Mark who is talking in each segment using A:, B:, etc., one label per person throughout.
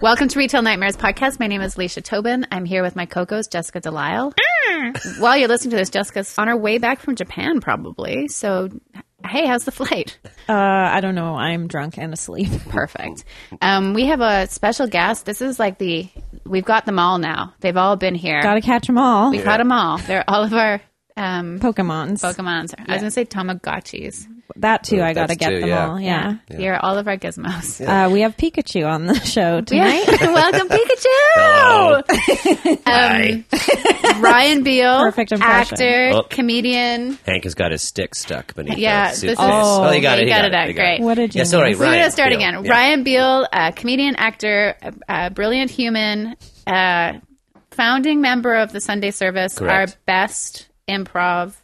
A: Welcome to Retail Nightmares Podcast. My name is Alicia Tobin. I'm here with my Cocos, Jessica Delisle.
B: Mm.
A: While you're listening to this, Jessica's on her way back from Japan, probably. So, hey, how's the flight?
B: Uh, I don't know. I'm drunk and asleep.
A: Perfect. Um, we have a special guest. This is like the, we've got them all now. They've all been here.
B: Gotta catch them all.
A: we caught them all. They're all of our um,
B: Pokemons.
A: Pokemons. I was going to say Tamagotchis.
B: that too.
C: Oh,
B: I gotta
C: that's
B: get
C: two,
B: them
C: yeah.
B: all. Yeah.
A: They're all of our gizmos.
B: Uh, we have Pikachu on the show tonight.
A: Yeah. Welcome, Pikachu.
C: Hello.
A: Um, Ryan Beal,
B: Perfect impression.
A: actor,
C: Oh.
A: comedian.
C: Hank has got his stick stuck beneath.
A: Yeah,
C: the
A: this is-
C: suitcase. oh,
A: yeah,
C: he got
A: you
C: it. He
A: got
C: got
A: it out.
C: he got
A: Great.
B: What a
C: Yeah,
B: genius.
C: sorry,
A: So we're
C: Ryan.
A: gonna start
C: Beal.
A: again.
C: Yeah.
A: Ryan Beal, uh, comedian, actor, uh, uh, brilliant human, uh, founding member of the Sunday Service.
C: Correct.
A: Our best improv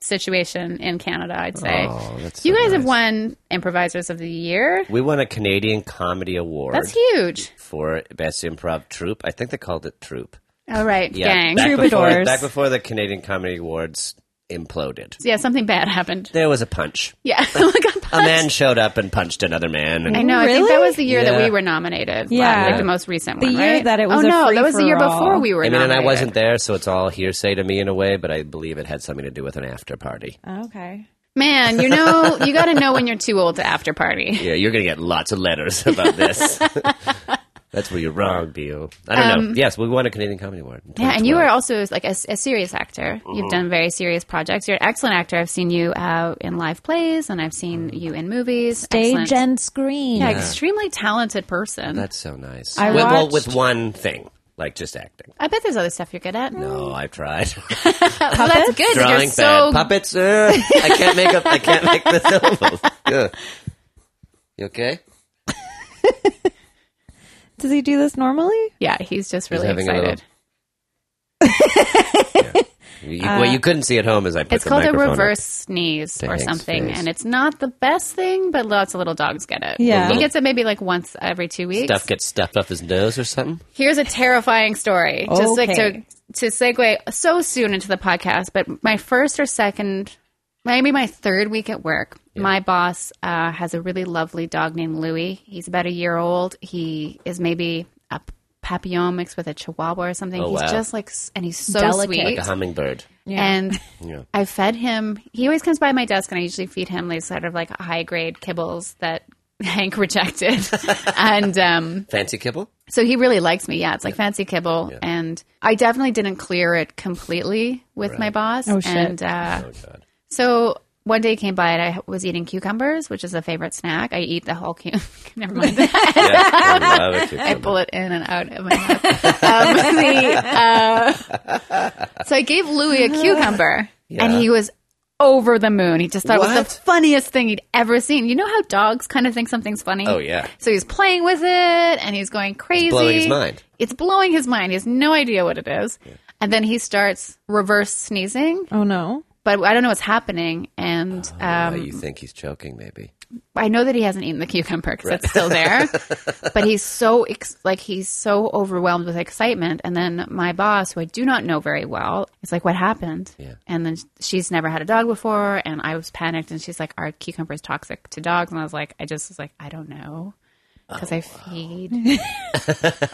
A: situation in Canada, I'd say.
C: Oh, that's
A: you
C: so
A: guys have
C: nice.
A: won Improvisers of the Year.
C: We won a Canadian Comedy Award
A: That's huge.
C: for Best Improv Troupe. I think they called it Troupe.
A: All right,
C: Yeah,
A: gang.
C: Back before,
B: Troubadours.
C: back before the Canadian Comedy Awards imploded,
A: Yeah, something bad happened.
C: there was a punch.
A: Yeah. Oh my God.
C: A man showed up and punched another man. And
A: I know. I think that
B: Really?
A: was the year that
C: Yeah.
A: we were nominated.
B: Yeah.
A: like the most recent
B: The
A: one.
B: year
A: right?
B: that it was
A: Oh
B: a
A: no, that was the year
B: free-for-all.
A: before we were.
C: I mean, and
A: nominated.
C: I wasn't there, so it's all hearsay to me in a way, but I believe it had something to do with an after party.
A: Oh,
B: Okay.
A: Man, you know, you got to know when you're too old to after party.
C: Yeah, you're going to get lots of letters about this. That's where you're wrong, Beal. I don't know. Yes, we won a Canadian Comedy Award. in
A: um, Yeah, and you
C: 2012.
A: are also like a, a serious actor.
C: Mm-hmm.
A: You've done very serious projects. You're an excellent actor. I've seen you uh, in live plays, and I've seen
C: Mm.
A: you in movies.
B: Stage
A: Excellent.
B: and screen.
A: yeah, extremely talented person.
C: That's so nice.
B: I
C: well, well,
B: watched-
C: with one thing, like just acting.
A: I bet there's other stuff you're good at.
C: No, I've tried.
A: well, that's good. 'cause
C: Drawing
A: you're so
C: bad puppets. Uh, I can't make up. I can't make the syllables. Yeah. You okay?
B: Does he do this normally?
A: yeah, he's just really
C: having a
A: excited.
C: little- You, you- what you couldn't see at home is I put
A: Uh, It's
C: the
A: called a
C: microphone up.
A: reverse sneeze or
C: Hank's
A: something,
C: face.
A: and it's not the best thing, but lots of little dogs get it.
B: Yeah.
A: he gets it maybe like once every two weeks.
C: Stuff gets stuffed up his nose or something.
A: Here's a terrifying story. Just like to
B: Okay.
A: to segue so soon into the podcast, but my first or second, maybe my third week at work, my boss uh, has a really lovely dog named Louie. He's about a year old. He is maybe a papillon mixed with a chihuahua or something.
C: Oh,
A: he's
C: wow.
A: just like, s- and he's so
B: Delicate.
A: sweet.
C: Like a hummingbird.
A: And
C: Yeah.
A: I fed him. He always comes by my desk, and I usually feed him these sort of like high grade kibbles that Hank rejected. and um,
C: Fancy kibble?
A: so he really likes me. Yeah, it's like fancy kibble. And I definitely didn't clear it completely with my boss.
B: Oh, shit.
A: And uh,
C: Oh, God.
A: so one day he came by, and I was eating cucumbers, which is a favorite snack. I eat the whole cucumber. Never mind that.
C: Yeah, I love a
A: I
C: cucumber.
A: pull it in and out of my mouth. Um, the, uh, so I gave Louis a cucumber, and he was over the moon. He just thought it was
C: What?
A: the funniest thing he'd ever seen. You know how dogs kind of think something's funny?
C: Oh, yeah.
A: So he's playing with it, and he's going crazy.
C: blowing his mind.
A: It's blowing his mind. He has no idea what it is. And then he starts reverse sneezing,
B: Oh no.
A: but I don't know what's happening. And
C: Oh,
A: um,
C: you think he's choking, maybe.
A: I know that he hasn't eaten the cucumber because it's still there, but he's so ex- like he's so overwhelmed with excitement. And then my boss, who I do not know very well, is like, "What happened?"
C: Yeah.
A: And then she's never had a dog before, and I was panicked. And she's like, "Are cucumbers toxic to dogs?" And I was like, "I just was like, I don't know."
C: Oh,
A: Because I feed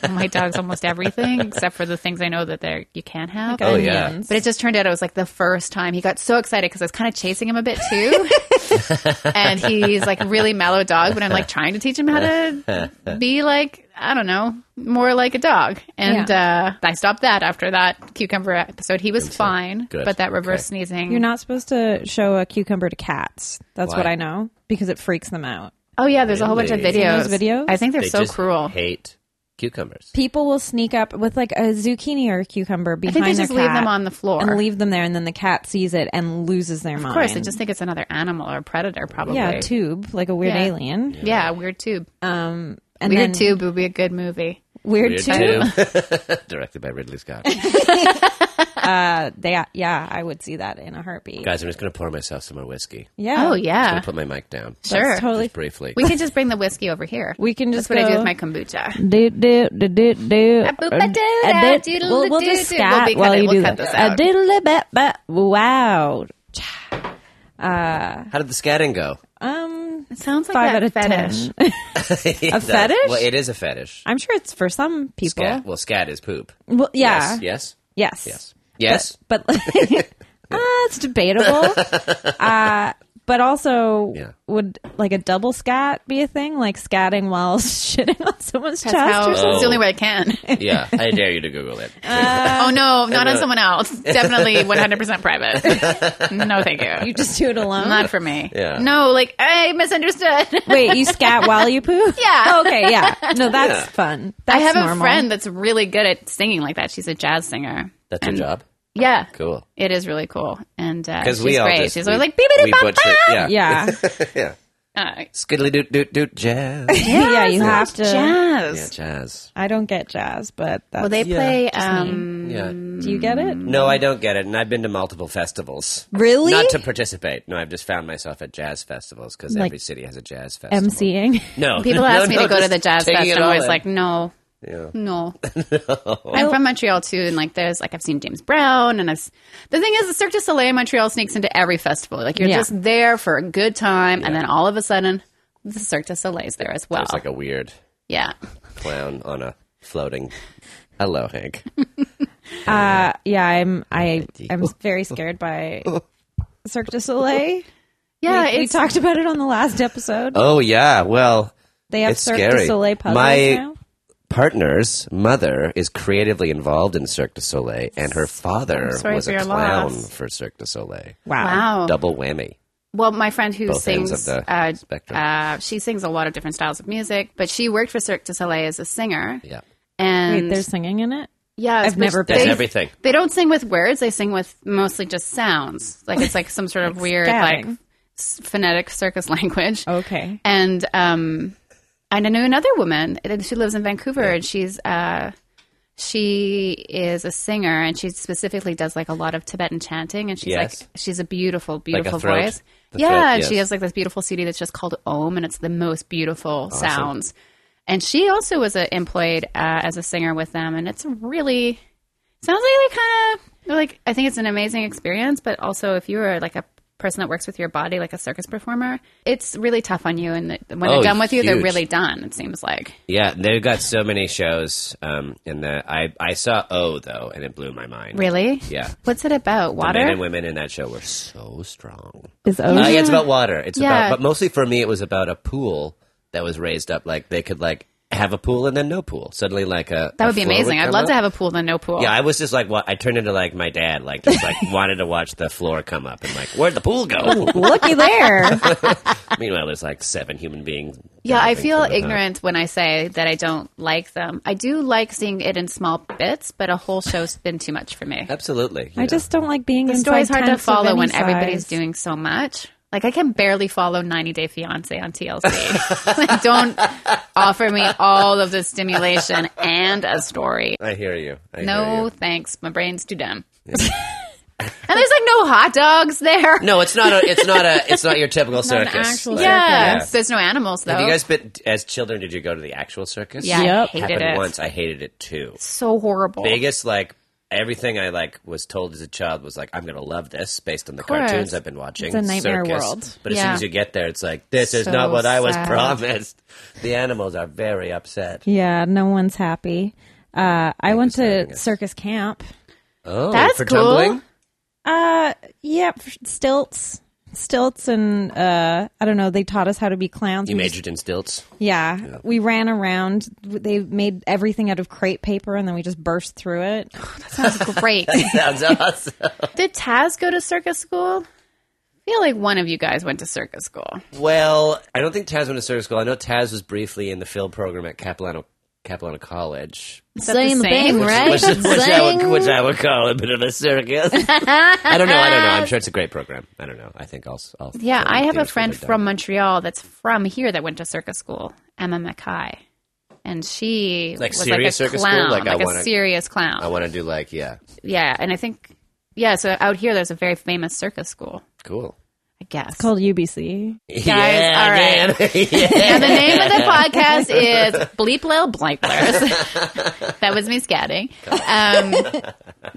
A: my dogs almost everything except for the things I know that they are you can't have.
C: Oh, yeah.
B: Onions.
A: But it just turned out it was like the first time he got so excited because I was kind of chasing him a bit too. and he's like a really mellow dog, but I'm like trying to teach him how to be like, I don't know, more like a dog. And uh, I stopped that after that cucumber episode. He was fine,
C: Good.
A: but that reverse
C: Okay.
A: sneezing.
B: You're not supposed to show a cucumber to cats. That's what
C: Why?
B: I know because it freaks them out.
A: oh, yeah, there's a whole bunch of
C: Really?
A: videos.
B: Those videos?
A: I think they're
C: They
A: so
C: just
A: cruel.
C: hate cucumbers.
B: People will sneak up with like a zucchini or a cucumber
A: I
B: behind
A: think they
B: their
A: just leave
B: cat
A: them on the floor.
B: and leave them there, and then the cat sees it and loses their mind.
A: of course, they just think it's another animal or predator, probably.
B: yeah, a tube like a weird
A: Yeah.
B: alien.
A: Yeah, Weird Tube.
B: Um, and
A: Weird
B: then
A: Tube would be a good movie.
B: Weird, tube.
C: too. Directed by Ridley Scott.
B: uh, they, yeah, I would see that in a heartbeat.
C: Guys, I'm just going to pour myself some more whiskey.
B: Yeah.
A: Oh
C: I'm
A: yeah,
C: going to put my mic down.
A: Sure.
B: That's totally.
C: Just briefly.
A: we can just bring the whiskey over here.
B: We can
A: That's
B: just
A: what I do
B: go-
A: with my kombucha.
B: Do, do, do, do, do.
A: A boop, a doo,
B: A
A: a
B: doo-
A: doodle,
B: We'll,
A: a
B: we'll
A: doo,
B: just
A: doo. We'll
B: scat
A: be
B: while
A: cutting-
B: you
A: we'll
B: do
A: cut
B: that.
A: this
B: A
A: out.
B: diddle a bet, bet. Wow.
C: How did the scatting go?
B: Um,
A: It sounds like
B: five
A: that
B: out of
A: fetish.
B: ten.
C: a
B: fetish?
C: Well, it is a fetish.
B: I'm sure it's for some people.
C: Scat. Well, scat is poop.
B: Well, yeah.
C: Yes.
B: Yes.
C: Yes. Yes.
B: But, but uh, it's debatable. uh, but also,
C: Yeah.
B: would like a double scat be a thing? Like scatting while shitting on someone's
A: That's
B: chest?
A: how.
B: or something?
A: It's the only way I can.
C: yeah. I dare you to Google it.
A: oh no, not on
C: know.
A: someone else. Definitely 100% private. no, thank you.
B: You just do it alone.
A: Not for me.
C: Yeah.
A: No, like I misunderstood.
B: Wait, you scat while you poo?
A: Yeah.
B: Oh, okay. Yeah. No, that's
C: Yeah.
B: fun.
A: I have
B: That's normal.
A: a friend that's really good at singing like that. She's a jazz singer.
C: That's your job.
A: Yeah.
C: Cool.
A: It is really cool, and uh,
C: Because
A: she's
C: we all
A: great.
C: just
A: she's
C: we,
A: always like beep
C: we
A: bop
C: butcher- Yeah.
B: Yeah.
C: yeah.
A: Uh,
C: Skiddly doot doot doot jazz.
B: yeah. You have to.
C: yeah.
A: jazz.
C: Jazz.
B: I don't get jazz, but that's.
A: Well, they
C: Yeah.
A: play.
C: Just
A: Um,
C: Yeah.
B: do you get it?
C: No, I don't get it, and I've been to multiple festivals.
B: Really?
C: Not to participate. No, I've just found myself at jazz festivals because
B: Like
C: every city has a jazz festival.
B: MCing.
C: No,
A: people
C: no,
A: ask
C: no,
A: me to go to
C: just
A: the jazz
C: taking
A: fest,
C: it
A: and I'm
C: all
A: always
C: in.
A: like, no,
C: Yeah.
A: no. I'm from Montreal too, and like, there's like I've seen James Brown, and I've s- the thing is, the Cirque du Soleil in Montreal sneaks into every festival. Like you're
B: Yeah.
A: just there for a good time, and then all of a sudden, the Cirque du Soleil's there as well.
C: There's like a weird
A: yeah,
C: clown on a floating. Hello, Hank.
B: Uh, yeah, I'm. I I'm very scared by Cirque du Soleil.
A: yeah.
B: we, we
A: it's
B: talked about it on the last episode.
C: Oh yeah. Well,
B: they have
C: it's
B: Cirque
C: scary.
B: du Soleil puzzles
C: My-
B: now.
C: partner's mother is creatively involved in Cirque du Soleil, and her father
A: sorry
C: was
A: for
C: a
A: your
C: clown
A: loss.
C: for Cirque du Soleil.
B: Wow.
A: wow.
C: Double whammy.
A: Well, my friend who
C: Both ends
A: sings,
C: of the
A: uh,
C: spectrum.
A: uh, she sings a lot of different styles of music, but she worked for Cirque du Soleil as a singer.
C: Yeah.
A: And
B: Wait, there's singing in it.
A: yeah,
B: I've
A: but
B: never
A: they-
B: been.
C: There's
B: They-
C: everything.
A: They don't sing with words; they sing with mostly just sounds. Like it's like some sort of weird, like
B: scatting.
A: s- phonetic circus language.
B: Okay.
A: And um, and I know another woman. and She lives in Vancouver, and she's uh, she is a singer, and she specifically does like a lot of Tibetan chanting. And she's
C: Yes.
A: like, she's a beautiful,
C: a
A: beautiful
C: throat.
A: voice.
C: The
A: yeah,
C: throat,
A: and she
C: yes.
A: has like this beautiful CD that's just called Om, and it's the most beautiful sounds. And she also was uh employed uh, as a singer with them, and it's really sounds like they kind of like I think it's an amazing experience, but also if you are like a person that works with your body, like a circus performer, it's really tough on you. And that- when
C: Oh,
A: they're done with you, they're
C: huge.
A: really done. It seems like
C: Yeah, they've got so many shows. Um, and the, I I saw O though, and it blew my mind.
A: really.
C: Yeah.
A: What's it about?
C: Men and
A: Water.
C: women in that show were so strong.
B: Is
C: Uh,
B: Ocean?
C: yeah, it's about water. It's
A: Yeah.
C: about, but mostly for me, it was about a pool that was raised up. Like they could like have a pool and then no pool. Suddenly, like a
A: That would be amazing. I'd love to have a pool, then no pool.
C: Yeah, I was just like, wa- I turned into like my dad, like just like wanted to watch the floor come up and like, where'd the pool go?
B: looky there.
C: Meanwhile, there's like seven human beings.
A: Yeah, I
C: diving
A: feel
C: from the top.
A: ignorant when I say that I don't like them. I do like seeing it in small bits, but a whole show's been too much for me.
C: Absolutely.
B: I
C: yeah.
B: just don't like being
A: The
B: inside
A: story's hard to
B: tents of
A: follow
B: any
A: when everybody's
B: size.
A: doing so much. Like I can barely follow 90 Day Fiance on TLC. like, don't offer me all of the stimulation and a story.
C: I hear you. I hear
A: No
C: you.
A: thanks, my brain's too dumb. and there's like no hot dogs there.
C: No, it's not a. It's not a. It's not your typical circus.
B: actual
C: Like,
A: Yeah,
B: Yeah.
A: there's no animals though.
C: Have you guys been as children? Did you go to the actual circus?
A: yeah,
B: Yep.
A: I hated
C: happened
A: it.
C: once. I hated it too.
A: So horrible.
C: Biggest like everything I like was told as a child was like I'm gonna love this based on the
A: course.
C: cartoons I've been watching.
B: It's a nightmare
C: circus.
B: world.
C: But as soon
A: Yeah.
C: as you get there, it's like this is
A: So
C: not what I was
A: sad.
C: promised. The animals are very upset.
B: Yeah, no one's happy. Uh, I went to circus camp.
C: Oh,
A: That's
C: for
A: cool.
C: tumbling.
B: Uh, yeah, f- stilts, stilts, and uh, I don't know. They taught us how to be clowns.
C: You
B: We just-
C: majored in stilts.
B: yeah, we ran around. W- They made everything out of crepe paper, and then we just burst through it.
A: Sounds great.
C: Sounds awesome.
A: Did Taz go to circus school? I feel like one of you guys went to circus school.
C: Well, I don't think Taz went to circus school. I know Taz was briefly in the film program at Capilano Capilano College,
A: Is that the same?
C: which, is- which I would, which I would call a bit of a circus. I don't know. I don't know. I'm sure it's a great program. I don't know. I think I'll. I'll
A: Yeah,
C: I'll
A: I have a
C: theaters
A: friend
C: when they're
A: from
C: done.
A: Montreal that's from here that went to circus school, Emma Mackay. and she
C: Like
A: was
C: serious
A: like a
C: circus school?
A: clown,
C: Like, I
A: a
C: wanna-
A: serious clown.
C: I want to do like yeah,
A: yeah, and I think yeah. So out here, there's a very famous circus school.
C: cool.
A: I guess.
B: called UBC.
C: yeah,
A: all right.
C: man. yeah.
A: and the name of the podcast is Bleep Lil Blanklers. that was me scatting. Um,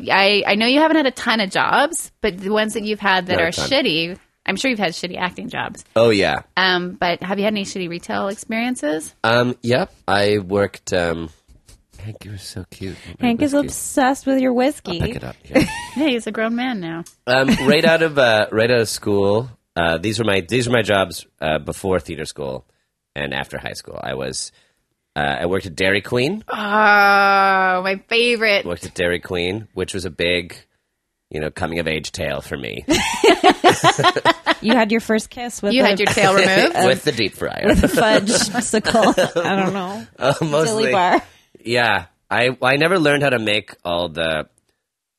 A: I, I know you haven't had a ton of jobs, but the ones that you've had that
C: Not a
A: are
C: ton.
A: shitty, I'm sure you've had shitty acting jobs.
C: Oh yeah.
A: Um, but have you had any shitty retail experiences?
C: Um. Yep. I worked. Um. Hank, you were so cute. Oh, My
B: Hank is
C: whiskey.
B: obsessed with your whiskey.
C: Pick it up. Yeah.
A: Hey, he's a grown man now.
C: um, right out of uh, right out of school. Uh, these were my these were my jobs uh, before theater school and after high school. I was uh, I worked at Dairy Queen. I
A: Oh, my favorite.
C: worked at Dairy Queen, which was a big, you know, coming of age tale for me
B: You had your first kiss with
A: You
B: a
A: had your tail removed.
C: with the deep fryer.
B: fudge sickle. I don't know.
C: Uh,
B: Dilly
C: mostly,
B: bar.
C: yeah. I I never learned how to make all the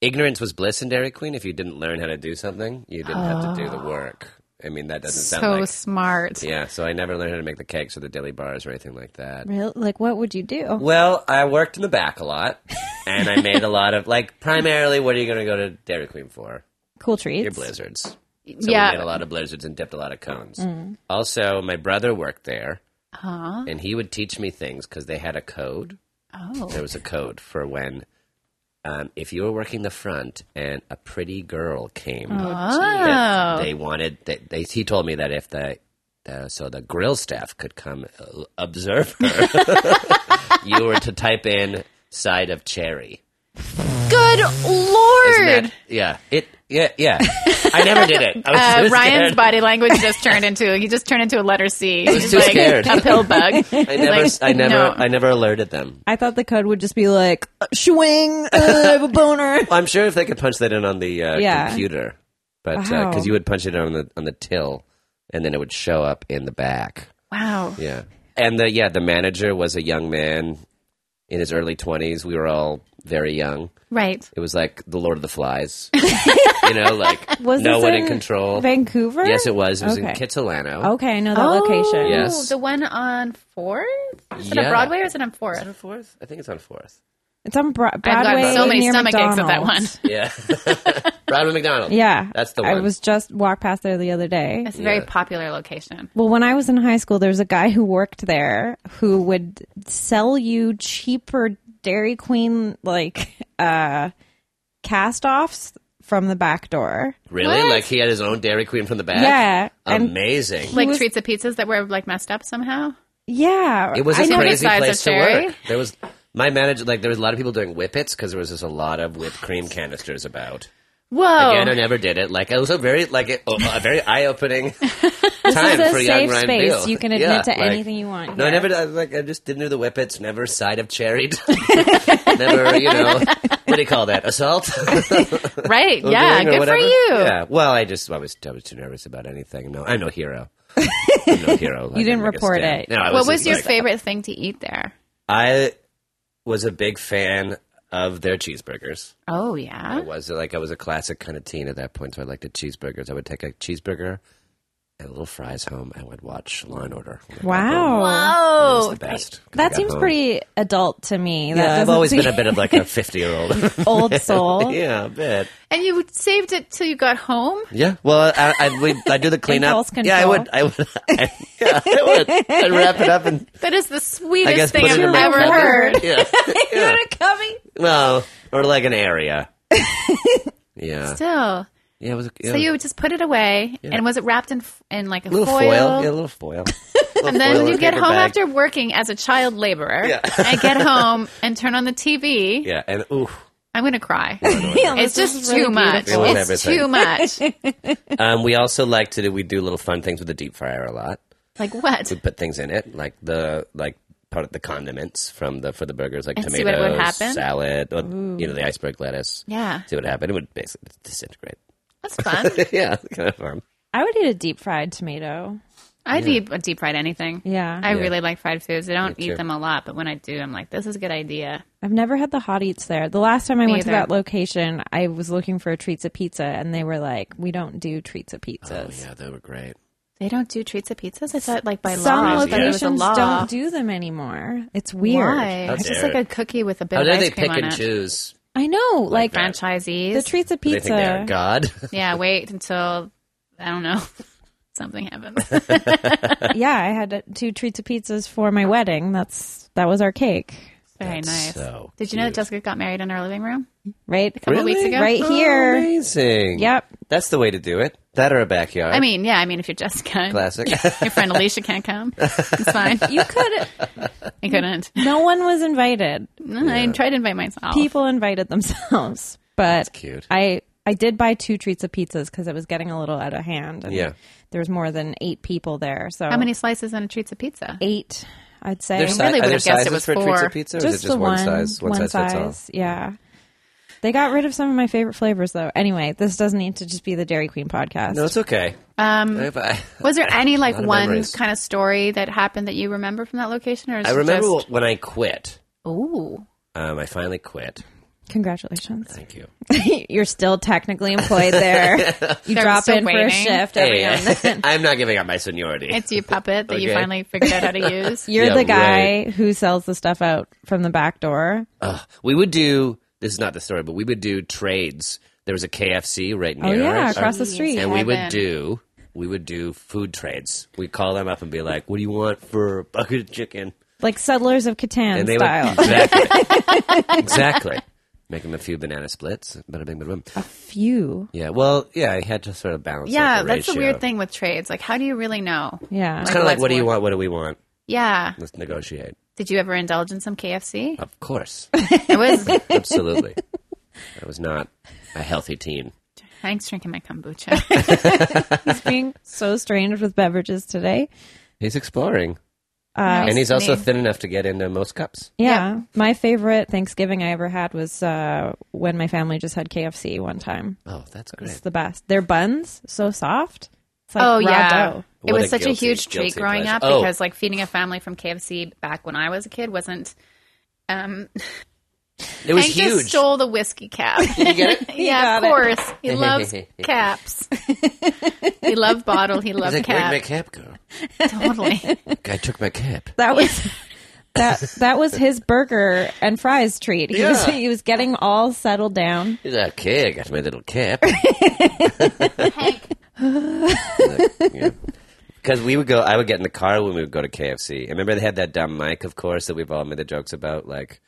C: ignorance was bliss in Dairy Queen. If you didn't learn how to do something, you didn't have to do the work. I mean, that doesn't sound
A: So
C: like
A: smart.
C: yeah. So I never learned how to make the cakes or the dilly bars or anything like that.
B: Really? Like, what would you do?
C: Well, I worked in the back a lot, and I made a lot of like primarily. What are you going to go to Dairy Queen for?
B: Cool treats.
C: Your blizzards. So we made a
A: yeah.
C: lot of blizzards and dipped a lot of cones. Also, my brother worked there,
A: Aw.
C: and he would teach me things because they had a code.
A: Oh.
C: There was a code for when. Um, if you were working the front and a pretty girl came, that
A: Oh.
C: they wanted. That they, he told me that if the uh, so the grill staff could come uh, observe her, you were to type in side of cherry.
A: Good
C: Isn't
A: lord.
C: that- yeah. It. Yeah. Yeah. I never did it. I was
A: Uh,
C: too
A: Ryan's
C: scared.
A: body language just turned into he just turned into a letter C. He's
C: too
A: like
C: scared.
A: a pill bug.
C: I never. I never. I never alerted them.
B: I thought the code would just be like, swing, uh, I have a boner.
C: Well, I'm sure if they could punch that in on the uh,
B: Yeah.
C: computer, but because
B: Wow.
C: you would punch it on the on the till, and then it would show up in the back.
A: wow.
C: Yeah. And the yeah the manager was a young man in his early 20s. We were all very young.
A: Right.
C: It was like the Lord of the Flies. you know, like
B: Was
C: no
B: this
C: one
B: in
C: in control.
B: Vancouver?
C: Yes, it was. It was in
B: Okay.
C: Kitsilano.
B: Okay, I know that location.
C: Yeah. Yes.
A: The one on Fourth? Is it
C: Yeah.
A: on Broadway or is it on
C: Is it
A: Fourth?
C: on fourth? I think it's on fourth.
B: It's on Bro-
A: I've
B: Broadway.
A: gotten so many
B: near
A: stomach aches at that one.
B: McDonald's.
C: Yeah. Broadway McDonald.
B: Yeah.
C: That's the
B: I
C: one.
B: was just walked past there the other day.
A: It's a very popular location.
B: Well, when I was in high school, there was a guy who worked there who would sell you cheaper Dairy Queen like uh cast offs from the back door.
C: Really?
A: What?
C: Like he had his own Dairy Queen from the back?
B: Yeah. And
C: Amazing.
A: Like
B: was-
A: treats of pizzas that were like messed up somehow.
B: yeah.
C: it was
B: I
C: a
A: know the
C: crazy
A: size of
C: place to
A: Sherry.
C: work. There was my manager like there was a lot of people doing whippets because there was just a lot of whipped cream canisters about.
B: Oh.
A: Whoa.
C: Again, I never did it. Like it was a very like it, oh, a very eye opening time
B: This
C: for
B: is a
C: young
B: safe
C: Ryan
B: space.
C: Beal.
B: You can admit
C: Yeah,
B: to
C: like-
B: anything you want.
C: No, I
B: here.
C: never. I, like I just didn't do the whippets. Never side of cherry. never, you know, what do you call that? Assault.
A: right.
C: Or
A: yeah.
C: doing or
A: Good for
C: whatever?
A: you.
C: Yeah. Well, I just I was I was too nervous about anything. No, I'm no hero. I'm no hero. Like,
B: You didn't
C: I'm like a
B: report
C: stan.
B: it.
C: No, I
A: What
C: just
A: was your
C: like- uh,
A: favorite thing to eat there?
C: I was a big fan of their cheeseburgers.
A: Oh
C: I
A: yeah.
C: was like I was a classic kind of teen at that point, so I liked the cheeseburgers. I would take a cheeseburger and little fries home. I would watch Law and Order. when I got
B: Wow.
C: home. It was
A: Oh.
C: the best. When I
B: That
C: got
B: seems
C: home.
B: pretty adult to me. That
C: Yeah, I've
B: doesn't
C: always been
B: seem-
C: a bit of like a fifty-year-old.
B: old soul.
C: yeah, a bit.
A: And you saved it till you got home?
C: Yeah. Well, I I, we, I do the cleanup.
B: Impulse
C: Yeah, I
B: control.
C: would. I would. I, yeah, I would. I'd wrap it up and
A: That is the
C: I guess
A: sweetest
C: put
A: thing
C: it
A: I've
C: in a
A: ever
C: microwave.
A: heard.
C: Yeah. yeah.
B: Coming.
C: Well, or like an area. Yeah.
A: Still.
C: Yeah. It was. Yeah.
A: So you would just put it away, and was it wrapped in f- in like a
C: little
A: foil?
C: foil. Yeah, a little foil. Little
A: And then
C: foil in
A: you
C: a
A: get
C: paper
A: home
C: bag.
A: after working as a child laborer.
C: Yeah.
A: I get home and turn on the TV.
C: Yeah, and ooh.
A: I'm gonna cry. It's
B: This
A: just
B: is really
A: too much.
B: beautiful.
C: It was
A: It's
C: everything.
A: too much.
C: Um, we also like to do, we do little fun things with the deep fryer a lot.
A: Like what?
C: We put things in it, like the like part of the condiments from the for the burgers, like
A: And see
C: tomatoes,
A: what would happen?
C: salad, or, you know, the iceberg lettuce.
A: Yeah,
C: See what happened. It would basically disintegrate.
A: that's fun.
C: yeah, kind of fun.
B: I would eat a deep fried tomato.
A: I'd eat a deep fried anything.
B: Yeah.
A: I really like fried foods. I don't
C: too.
A: eat them a lot, but when I do, I'm like, this is a good idea.
B: I've never had the hot eats there. The last time I went to
A: either.
B: that location, I
C: Oh,
B: was looking for a treats of pizza, and they were like, "We don't do treats of pizzas."
C: Yeah, they were great.
A: So They don't do treats at pizzas. I thought like by
B: Some
A: law, but it was a
B: locations
A: law.
B: don't do them anymore. It's weird.
A: Why?
C: How
A: It's just
C: dare
A: like a cookie with a bit
C: How
A: of
C: dare
A: ice
C: they
A: cream
C: pick
A: on
C: and
A: it.
C: choose?
B: I know. Like,
A: Franchisees.
B: the treats of
C: Do They think they are
B: pizza.
C: God.
A: yeah, wait until I don't know. Something happens.
B: yeah, I had uh, two treats of pizzas for my wedding. That's that was our cake,
A: Very
C: That's
A: nice.
C: so
A: Did you know that
C: cute.
A: Jessica got married in our living room?
B: right?
A: couple
C: Really? Oh
A: weeks ago.
B: Right here.
C: Amazing.
B: Yep.
C: That's the way to do it. That or a backyard.
A: I mean, yeah, I mean, if you're Jessica,
C: classic.
A: your friend Alicia can't come. It's fine.
B: You could.
A: I couldn't.
B: No one was invited.
A: No, I tried to invite myself.
B: People invited themselves, but
C: cute.
B: I I did buy two treats of pizzas because it was getting a little out of hand. And
C: Yeah.
B: there was more than eight people there. So
A: How many slices and a treats of pizza?
B: Eight, I'd say.
C: There's si-
A: really would
C: are there
A: have guessed it
C: sizes
A: was
C: for treats
A: four.
C: of pizza, or is it just one, size, one, size, fits all?
B: Yeah. They got rid of some of my favorite flavors, though. Anyway, this doesn't need to just be the Dairy Queen podcast.
C: No, it's okay.
A: Um,
C: I, I-
A: Was there any like
C: lot of
A: one
C: memories.
A: kind of story that happened that you remember from that location, or is
C: I
A: it
C: remember
A: Just,
C: when I quit.
A: ooh,
C: Um, I finally quit.
B: Congratulations.
C: Thank you.
B: You're still technically employed there. You
A: They're
B: drop
A: still
B: in for a
A: waiting.
B: shift every
C: Hey,
B: now and then.
C: I'm not giving up my seniority.
A: it's you puppet that you
C: Okay.
A: finally figured out how to use.
B: You're
C: Yeah,
B: the guy who sells the stuff out from the back door.
C: Ugh. we would do. This is not the story, but we would do trades. There was a KFC right
B: Oh,
C: near
B: yeah,
C: us,
B: across the
A: Jeez.
B: street.
C: and we would
A: Heaven.
C: do we would do food trades. We'd call them up and be like, "What do you want for a bucket of chicken?"
B: Like Settlers of Catan
C: And they
B: style.
C: would exactly, exactly. Make them a few banana splits. Bada bing, bada boom.
B: a few.
C: Yeah, well, yeah, I had to sort of balance. out
A: yeah,
C: the
A: that's the
C: ratio.
A: weird thing with trades. Like, how do you really know?
B: Yeah.
C: It's kind of like,
A: Let's
C: what do you
A: work.
C: want? What do we want?
A: Yeah.
C: Let's negotiate.
A: Did you ever indulge in some KFC?
C: Of course,
A: It was.
C: absolutely. I was not a healthy teen.
A: Thanks, drinking my kombucha.
B: He's being so strange with beverages today.
C: He's exploring,
A: Nice
C: and he's
A: to
C: also
A: me.
C: thin enough to get into most cups.
B: Yeah. My favorite Thanksgiving I ever had was uh, when my family just had KFC one time.
C: Oh,
B: It's
C: that's great.
B: the best. Their buns, so soft. It's like
A: oh
B: raw
A: yeah,
B: dough.
A: it
C: What
A: was
C: a
A: such a
C: guilty-
A: huge treat
C: guilty
A: growing
C: pleasure.
A: up
C: Oh.
A: because like feeding a family from KFC back when I was a kid wasn't. Um,
C: It was
A: Hank
C: huge.
A: just stole the whiskey cap. you
C: get it?
A: yeah, of
B: got
A: course. He loves caps. he loved bottle. He
C: I was
A: loved
C: like,
A: cap.
C: where'd my cap go?
A: totally.
C: I took my cap.
B: That was that that was his burger and fries treat. He was
C: Yeah.
B: he was getting all settled down.
C: He's like, okay, I got my little cap.
A: Hank,
C: Because we would go, I would get in the car when we would go to KFC. And remember, they had that dumb mic, of course, that we've all made the jokes about. Like,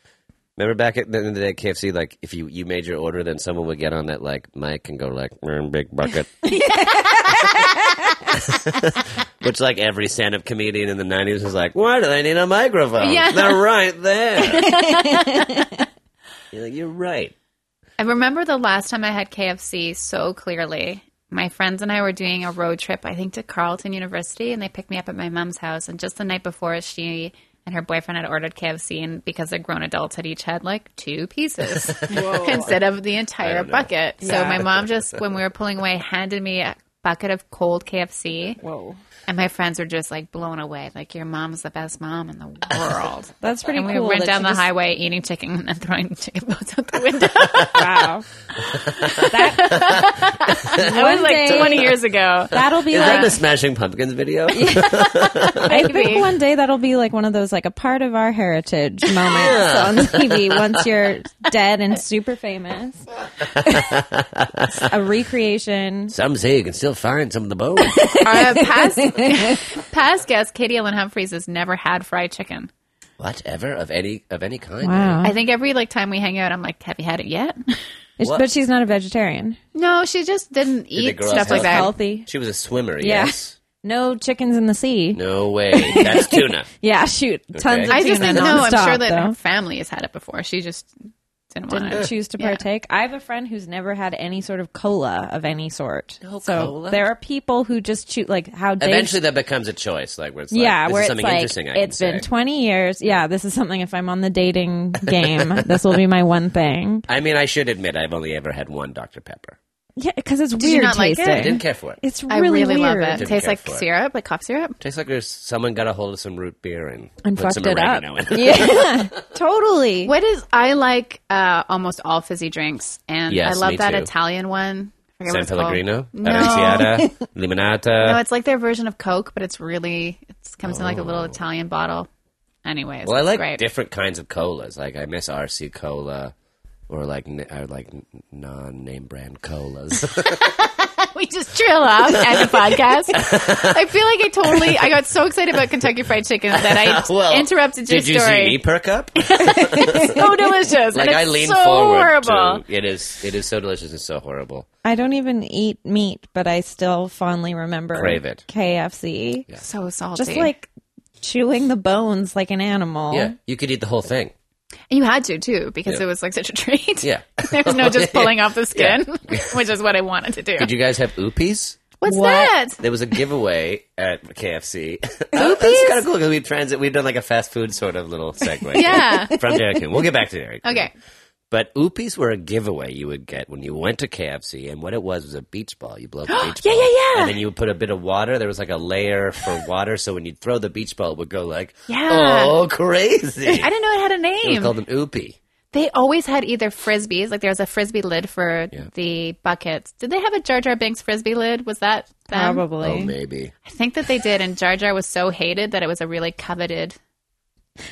C: remember back at the end of the day, at KFC, like if you you made your order, then someone would get on that like mic and go like, "Mm, "Big bucket," which like every stand-up comedian in the '90s was like, "Why do they need a microphone?
A: Yeah.
C: They're right there." You're like, "You're right."
A: I remember the last time I had KFC so clearly. My friends and I were doing a road trip, I think to Carleton University, and they picked me up at my mom's house. And just the night before, she and her boyfriend had ordered KFC, and because they're grown adults, had each had like two pieces instead of the entire bucket. So my mom just, when we were pulling away, handed me a bucket of cold KFC,
B: Whoa.
A: and my friends were just like blown away. Like your mom's the best mom in the world.
B: That's pretty
A: and we
B: cool.
A: went
B: that
A: down
B: she
A: the
B: just-
A: highway eating chicken and then throwing chicken bones out the window.
B: Wow. that,
A: That was
B: One
A: like
B: day-
A: 20 years ago.
B: that'll be
C: Is
B: like
C: that the Smashing Pumpkins video?
B: I think
A: Maybe.
B: one day that'll be like one of those like a part of our heritage moments on TV once you're dead and super famous. a recreation.
C: Some say you can still find some of the bones.
A: Our uh, past, past guest, Katie Ellen Humphreys, has never had fried chicken.
C: Whatever of any of any kind.
B: Wow.
A: I think every like time we hang out, I'm like, have you had it yet?
B: It's-
C: What?
B: but she's not a vegetarian.
A: No, she just didn't
C: they
A: eat
C: grow up
A: stuff like
C: healthy?
A: that.
B: Healthy.
C: She was a swimmer,
B: Yeah.
C: yes.
B: No chickens in the sea.
C: No way. That's tuna.
B: Yeah, shoot. Tons of
A: I just
B: tuna
A: didn't know. I'm
B: nonstop,
A: sure that
B: though.
A: her family has had it before. She just didn't want
B: didn't
A: it.
B: choose to
A: Yeah.
B: partake. I have a friend who's never had any sort of cola of any sort.
C: No
B: so
C: Oh, cola?
B: there are people who just choose like how they
C: Eventually that becomes a choice, like where it's like
B: yeah,
C: this
B: where
C: is
B: it's
C: something
B: like
C: interesting I can
B: it's been
C: say.
B: 20 years. Yeah, this is something. If I'm on the dating game, this will be my one thing.
C: I mean I should admit I've only ever had one Dr. Pepper.
B: Yeah, because it's
A: you
B: weird
A: not like it?
B: tasting.
C: I didn't care for it.
B: It's
A: I
B: really,
A: really, love
B: weird.
A: it.
C: Didn't
A: tastes
C: care
A: like
C: for it.
A: syrup, like cough syrup.
C: Tastes like there's someone got a hold of some root beer and,
B: And
C: put
B: fucked
C: some
B: it up.
C: oregano in it.
B: Yeah, totally.
A: What is I like uh, almost all fizzy drinks, and
C: Yes,
A: I love
C: me
A: that
C: too.
A: Italian one I forget what
C: San
A: it's called.
C: Pellegrino,
A: No.
C: Aranciata, Limonata.
A: No, it's like their version of Coke, but it's really it comes in like a little Italian bottle. Anyways,
C: Oh. well, I
A: it's
C: like
A: great.
C: different kinds of colas. Like I miss RC cola. Or like n- or like non-name brand colas.
A: we just drill out as a podcast. I feel like I totally I got so excited about Kentucky Fried Chicken that I
C: Well,
A: interrupted your
C: Did you
A: story.
C: see me perk up?
A: so delicious. and
C: Like
A: it's
C: I lean
A: so
C: forward.
A: horrible.
C: To, it is it is so delicious and so horrible.
B: I don't even eat meat, but I still fondly remember
C: Crave it.
B: KFC.
A: So salty.
B: Just like chewing the bones like an animal.
C: Yeah, you could eat the whole thing.
A: And you had to too, because
C: Yeah.
A: it was like such a treat.
C: Yeah.
A: there was no just pulling off the skin, which is what I wanted to do.
C: Did you guys have oopies?
A: What's
B: What?
A: that?
C: There was a giveaway at KFC. Oopies? That's kind of cool because we transit. We've done like a fast food sort of little segue.
A: Yeah.
C: From Dairy Queen. We'll get back to Dairy Queen.
A: Okay.
C: But oopies were a giveaway you would get when you went to KFC, and what it was was a beach ball. You blow up the beach
A: Yeah,
C: ball,
A: yeah, yeah.
C: and then you would put a bit of water. There was like a layer for water, so when you throw the beach ball, it would go like,
A: Yeah.
C: oh, crazy.
A: I didn't know it had a
C: It was
A: name.
C: called an oopie.
A: They always had either frisbees, like there was a frisbee lid for the buckets. Did they have a Jar Jar Binks frisbee lid? Was that them?
B: Probably.
C: Oh, maybe.
A: I think that they did, and Jar Jar was so hated that it was a really coveted.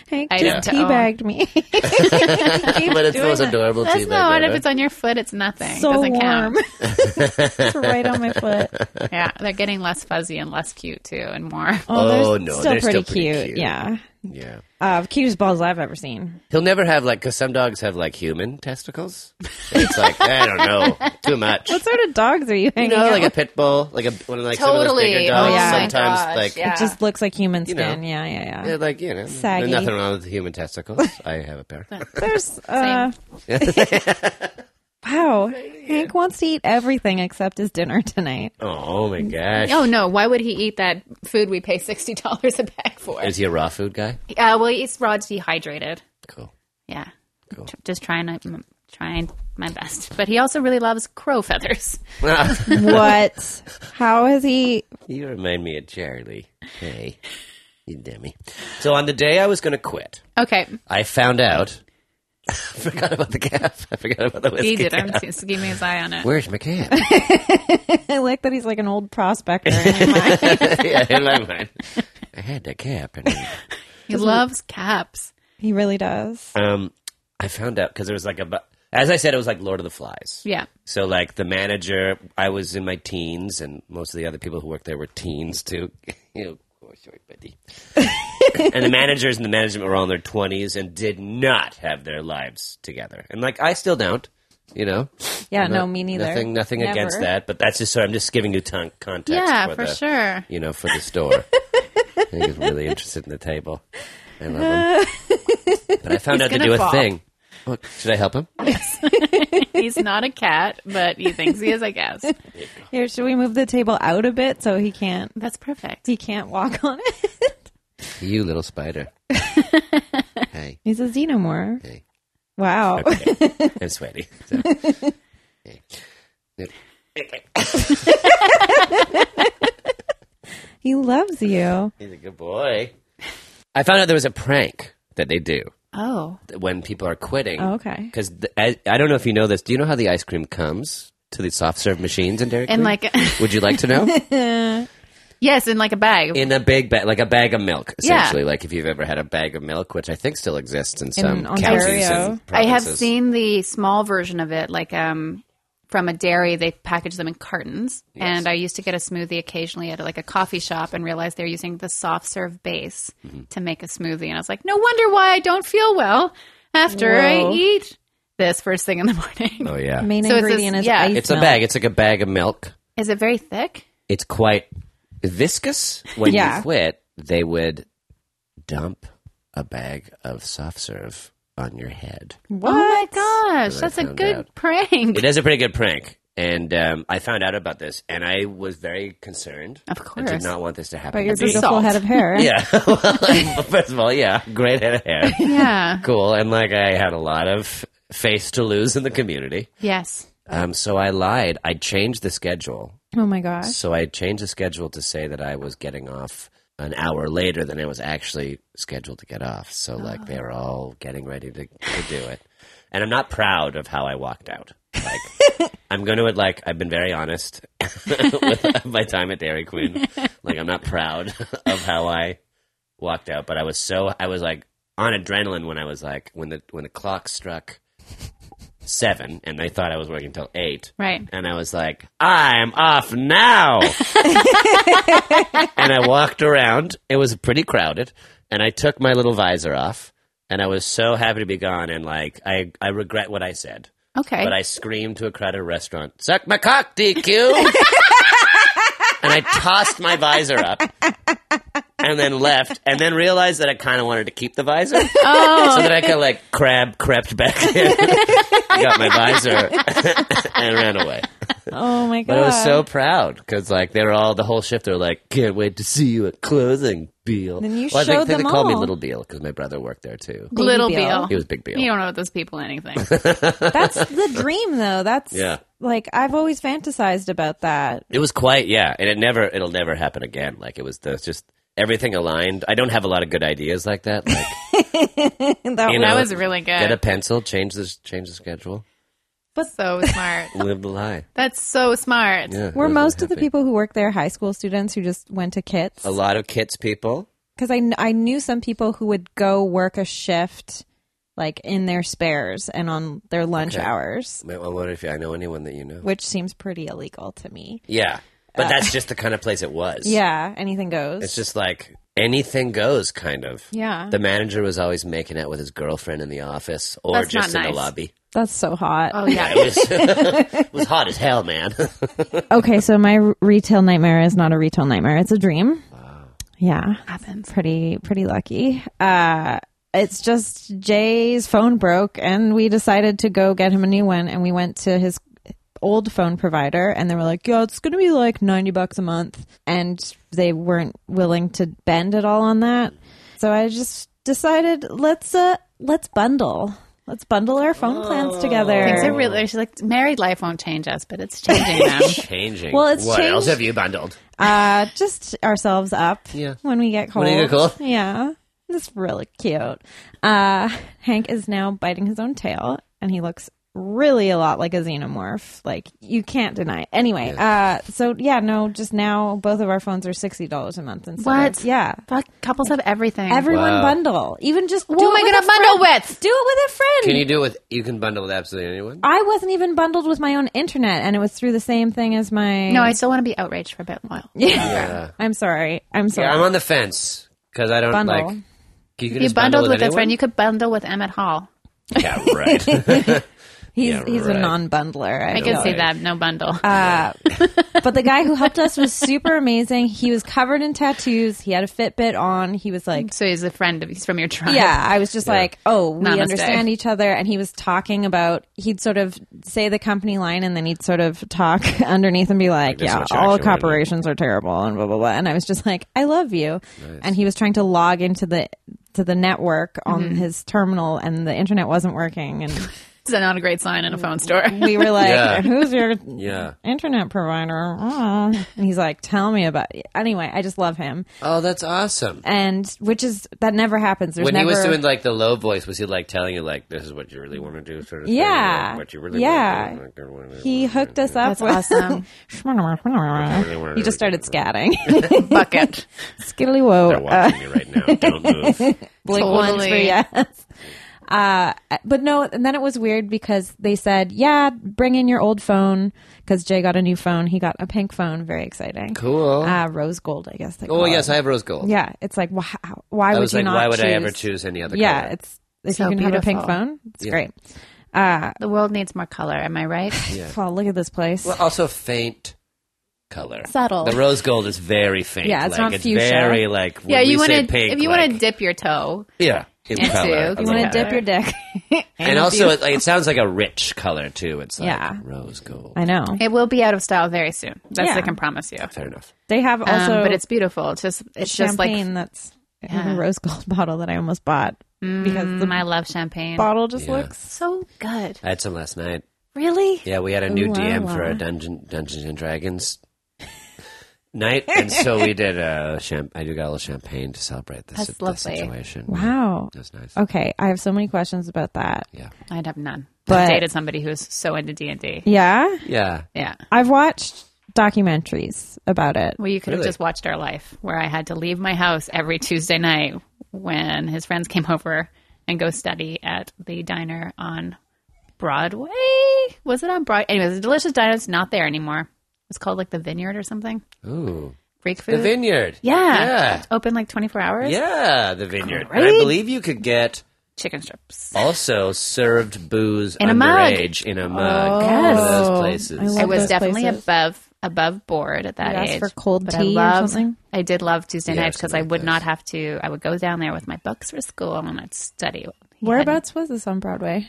B: Hank
A: I
B: just
A: don't own.
B: teabagged me.
C: but it's the most adorable
A: That's
C: tea
A: no,
C: bag
A: and if
C: ever.
A: it's on your foot, it's nothing.
B: so
A: Doesn't
B: warm.
A: count.
B: it's right on my foot.
A: Yeah, they're getting less fuzzy and less cute too, and more.
C: Oh,
B: Oh,
C: no,
B: no,
C: they're
B: still
C: still
B: pretty,
C: pretty
B: cute.
C: cute.
B: Yeah.
C: Yeah.
B: Uh, cutest balls I've ever seen.
C: He'll never have like because some dogs have like human testicles. It's like I don't know, too much.
B: What sort of dogs are you
C: you
B: hanging
C: know,
B: out
C: like a
B: with?
C: pit bull, like a one of like some of those
A: Totally.
C: bigger dogs.
B: Oh, yeah.
C: Sometimes
A: Oh my gosh,
C: like
A: yeah.
B: Just looks like human
C: You know.
B: skin. yeah, yeah,
C: they're
B: yeah.
C: Uh, like you know, there's
B: Saggy.
C: nothing wrong with human testicles. I have a pair.
B: There's uh, wow. Hank wants to eat everything except his dinner tonight.
C: oh my gosh.
A: Oh no! Why would he eat that food we pay sixty dollars a bag for?
C: Is he a raw food guy?
A: Uh, well, he eats raw dehydrated.
C: Cool.
A: Yeah,
C: Cool.
A: Tr- just trying to m- trying my best. But he also really loves crow feathers.
B: What? How has he?
C: you remind me of Charlie. Hey, you dummy. So on the day I was going to quit,
A: Okay,
C: I found out. I forgot about the cap. I forgot about the whiskey.
A: he did.
C: cap.
A: I'm just giving his eye on it.
C: Where's my cap?
B: I like that he's like an old prospector. In your mind.
C: yeah, in my mind. I had that cap. And,
A: He loves caps.
B: he really does.
C: um, I found out because there was like a, bu- as I said, it was like Lord of the Flies.
A: Yeah.
C: So like the manager, I was in my teens, and most of the other people who worked there were teens too. you know, poor short buddy. and the managers and the management were all in their twenties and did not have their lives together. And like I still don't, you know.
B: Yeah, no,
C: Not-
B: me neither.
C: Nothing, nothing
B: Never.
C: against that. But that's just so I'm just giving you ton- context.
A: Yeah,
C: for,
A: for
C: the-
A: sure.
C: You know, for the store. I think he's really interested in the table. I love him. But I found out to
A: gonna
C: do a
A: fall.
C: thing. Well, should I help him?
A: He's not a cat, but he thinks he is. I guess
B: Here, should we move the table out a bit so he can't
A: that's perfect.
B: he can't walk on it?
C: You little spider. hey,
B: He's a xenomorph.
C: hey.
B: Wow.
C: Okay. I'm sweaty. so. Hey. Yep.
B: He loves you.
C: He's a good boy. I found out there was a prank that they do
A: Oh,
C: when people are quitting.
B: Oh, okay.
C: Because I, I don't know if you know this. Do you know how the ice cream comes to the soft serve machines in Dairy Queen?
A: and like
C: Would you like to know?
A: yes, in like a bag.
C: in a big bag, like a bag of milk,
A: Yeah.
C: essentially. Like if you've ever had a bag of milk, which I think still exists in some
B: Ontario.
C: counties and
A: I have
C: provinces.
A: seen the small version of it, like um, from a dairy. They package them in cartons, and I used to get a smoothie occasionally at like a coffee shop, and realized they're using the soft serve base
C: Mm-hmm.
A: to make a smoothie. And I was like, no wonder why I don't feel well after I
B: Whoa.
A: eat this first thing in the morning.
C: Oh yeah,
B: The main
A: So it's this-
B: ingredient is
A: yeah.
B: ice
C: it's a
B: milk.
C: bag. It's like a bag of milk.
A: Is it very thick?
C: It's quite viscous. When
B: Yeah.
C: you quit, they would dump a bag of soft serve on your head.
A: Oh my gosh,
C: I
A: that's a
C: found
A: good
C: out.
A: prank.
C: It is a pretty good prank, and um, I found out about this, and I was very concerned.
A: Of
C: I did
A: course.
C: not want this to happen.
B: But your
C: to me.
B: beautiful
A: salt.
B: head of hair.
C: Yeah. Well, First of all, yeah, great head of hair.
A: Yeah.
C: cool and like i had a lot of face to lose in the community
A: yes.
C: um, so i lied i changed the schedule
B: Oh my gosh.
C: so i changed the schedule to say that i was getting off an hour later than i was actually scheduled to get off so like they were all getting ready to, to do it and i'm not proud of how i walked out Like, I'm going to like I've been very honest with my time at Dairy Queen. Like, I'm not proud of how I walked out, but I was so I was like on adrenaline when I was like when the when the clock struck seven and they thought I was working till eight.
A: Right.
C: And I was like, I'm off now. and I walked around. It was pretty crowded. And I took my little visor off. And I was so happy to be gone. And like, I, I regret what I said.
A: Okay.
C: But I screamed to a crowded restaurant, Suck my cock, DQ! and I tossed my visor up. And then left, and then realized that I kind of wanted to keep the visor
A: oh,
C: so that I could like crab crept back in, got my visor, and ran away.
B: Oh my god!
C: But I was so proud because like they were all the whole shift. They were like, "Can't wait to see you at closing, Beal."
B: Then you
C: well, I
B: showed
C: think they
B: them
C: called me
B: all.
C: Little Beal because my brother worked there too.
B: Baby
A: little
B: Bill.
A: Beal.
C: He was Big Beal.
A: You don't know those people anything.
B: That's the dream, though. That's
C: Yeah.
B: Like I've always fantasized about that.
C: It was quite yeah, and it never it'll never happen again. Like it was the, just everything aligned. I don't have a lot of good ideas like that. Like
B: that
C: You
A: that
C: know,
A: was really
C: get a
A: good.
C: pencil, change the change the schedule,
A: so smart.
C: live the lie.
A: That's so smart.
C: Yeah, it
B: were
C: was
B: most of the
C: happy.
B: people who work there high school students who just went to kits?
C: A lot of kids people.
B: Because I, kn- I knew some people who would go work a shift like in their spares and on their lunch
C: Okay.
B: hours,
C: I wonder if I know anyone that you know.
B: which seems pretty illegal to me.
C: Yeah. But that's just the kind of place it was.
B: Uh, Yeah, anything goes.
C: It's just like anything goes, kind of.
B: yeah,
C: The manager was always making out with his girlfriend in the office or
A: That's
C: just
A: not
C: in the
A: nice.
C: lobby.
B: that's so hot.
A: Oh yeah.
C: It was, it was hot as hell, man.
B: okay, so my r- retail nightmare is not a retail nightmare; it's a dream. Yeah,
A: happens.
B: pretty pretty lucky. Uh, it's just Jay's phone broke, and we decided to go get him a new one, and we went to his old phone provider, and they were like, "Yeah, it's gonna be like ninety bucks a month," and they weren't willing to bend at all on that. So I just decided let's uh let's bundle. Let's bundle our phone plans together.
A: Things are really. She's like, married life won't change us, but it's changing them.
C: Changing.
B: Well, it's
C: what else
B: changed-
C: have you bundled?
B: Uh, just ourselves up
C: Yeah.
B: when we get cold.
C: When you get cold.
B: Yeah. It's really cute. Uh, Hank is now biting his own tail and he looks really a lot like a xenomorph. Like you can't deny. It. Anyway, uh, so yeah, no, just now both of our phones are $60 a month. Instead of-
A: What?
B: yeah.
A: Fuck, couples have everything.
B: Everyone
C: Wow.
B: bundle. Even just do
A: Who am
B: it
A: I
B: with
A: going
B: a
A: to bundle
B: friend.
A: with?
B: Do it with a friend.
C: Can you do it with, you can bundle with absolutely anyone?
B: I wasn't even bundled with my own internet and it was through the same thing as my.
A: No, I still want to be outraged for a bit while.
C: Yeah.
B: I'm sorry. I'm sorry.
C: yeah I'm on the fence because I don't
B: Bundle.
C: like. You, can
A: If you
C: just bundle
A: bundled with, a
C: anyone?
A: friend, you could bundle with Emmett Hall.
C: Yeah, right.
B: He's
C: Yeah,
B: he's
C: right.
B: a non-bundler. I,
A: I can
B: feel
A: see
B: like.
A: that. No bundle.
B: Uh, But the guy who helped us was super amazing. He was covered in tattoos. He had a Fitbit on. He was like,
A: so he's a friend. of He's from your tribe.
B: yeah. I was just like, oh, we
A: Namaste.
B: understand each other. And he was talking about. He'd sort of say the company line, and then he'd sort of talk underneath and be like,
C: there's so
B: yeah,
C: much
B: all
C: action right now.
B: corporations are terrible, and blah blah blah. And I was just like, I love you. And he was trying to log into the to the network on his terminal, and the internet wasn't working. And
A: It's not a great sign in a phone store.
B: we were like,
C: Yeah.
B: "Who's your
C: Yeah.
B: internet provider?" Oh. And he's like, "Tell me about." It. Anyway, I just love him,
C: oh, that's awesome.
B: and which is that never happens. There's
C: when
B: never,
C: he was doing like the low voice, was he like telling you like this is what you really want to do, sort of? thing,
B: Yeah.
C: like, what you really
B: Yeah.
C: want to do, like, what you
B: he
C: really
B: hooked us up.
A: That's awesome.
B: with, he just started scatting,
A: Bucket.
B: skiddly whoa,
C: They're watching me right now. Don't move.
B: Blink once for
A: Totally.
B: yes. Uh, but no, and then it was weird because they said, "Yeah, bring in your old phone," because Jay got a new phone. He got a pink phone, very exciting,
C: Cool.
B: uh, rose gold, I guess. They
C: oh
B: call it.
C: yes, I have rose gold.
B: Yeah, it's like wow, why
C: I
B: would
C: was
B: you
C: like,
B: not?
C: why would
B: choose?
C: I ever choose any other?
B: Yeah,
C: color?
B: it's if
A: So
B: you can have a pink
A: beautiful.
B: phone, it's great.
A: The world needs more color. Am I right?
B: Wow, look at this place.
C: Well, also faint color,
B: Subtle.
C: The rose gold is very faint.
B: Yeah, it's
C: like,
B: not
C: it's
B: fuchsia.
C: Very like when
A: yeah, you
C: want to
A: If you want to dip your toe,
C: yeah, in
A: Into-
C: color.
A: if
C: a
B: you
A: wanna
B: want
C: little
B: to
A: Yeah.
B: dip
C: bit.
B: your dick, and,
C: and
B: a
C: also
B: few-
C: it, like, it sounds like a rich color too. It's like
B: Yeah.
C: rose gold.
B: I know
A: it will be out of style very soon. That's
B: Yeah.
A: I can promise you.
C: Fair enough.
B: they have also,
A: Um, but it's beautiful. It's just it's just like
B: champagne that's in a rose gold bottle that I almost bought because the
A: mm, I love champagne.
B: bottle just
C: Yeah.
B: looks
A: So good.
C: I had some last night.
B: really.
C: Yeah, we had a new
B: Ooh,
C: DM
B: wow,
C: for
B: wow.
C: our Dungeon Dungeons and Dragons night, and so we did a champ. I do got a little champagne to celebrate this,
A: That's
C: this
A: lovely.
C: situation.
B: Wow.
C: That's nice.
B: Okay, I have so many questions about that.
C: Yeah,
A: I'd have none. I
B: But
A: dated somebody who's so into D and D.
B: yeah,
C: Yeah.
A: Yeah.
B: I've watched documentaries about it.
A: Well, you could
C: Really?
A: have just watched our life, where I had to leave my house every Tuesday night when his friends came over and go study at the diner on Broadway. Was it on Broadway? Anyway, it's a delicious diner. It's not there anymore. It's called like the Vineyard or something.
C: Ooh.
A: Greek food.
C: The vineyard.
A: yeah.
C: Yeah.
A: It's open like 24 hours.
C: Yeah, the vineyard. And I believe you could get
A: Chicken strips.
C: also served booze
A: In a mug.
C: underage in a mug.
B: Oh.
C: One of
B: Yes.
C: those
B: I
C: places.
B: love
A: I was
B: those
A: definitely
B: places.
A: above above board at that
B: You asked
A: age
B: for cold
A: but
B: tea or
A: I loved,
B: something?
A: I did love Tuesday
C: Yeah,
A: nights because I
C: something like
A: would
C: this.
A: not have to. I would go down there with my books for school and I'd study. He hadn't-
B: Whereabouts was this on Broadway?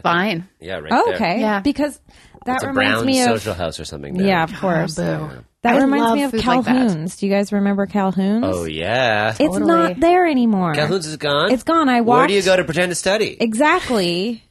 A: Fine.
C: Yeah, right
B: Oh,
C: there.
B: okay.
A: Yeah.
B: Because that
C: It's a
B: reminds
C: brown
B: me of
C: social house or something. now.
B: yeah, of course.
A: boo.
B: That
A: I
B: reminds
A: love
B: me of
A: food like that.
B: Calhoun's. Do you guys remember Calhoun's?
C: Oh yeah.
B: It's
A: Totally.
B: not there anymore.
C: Calhoun's is gone.
B: It's gone. I
C: Where
B: walked.
C: do you go to pretend to study?
B: Exactly.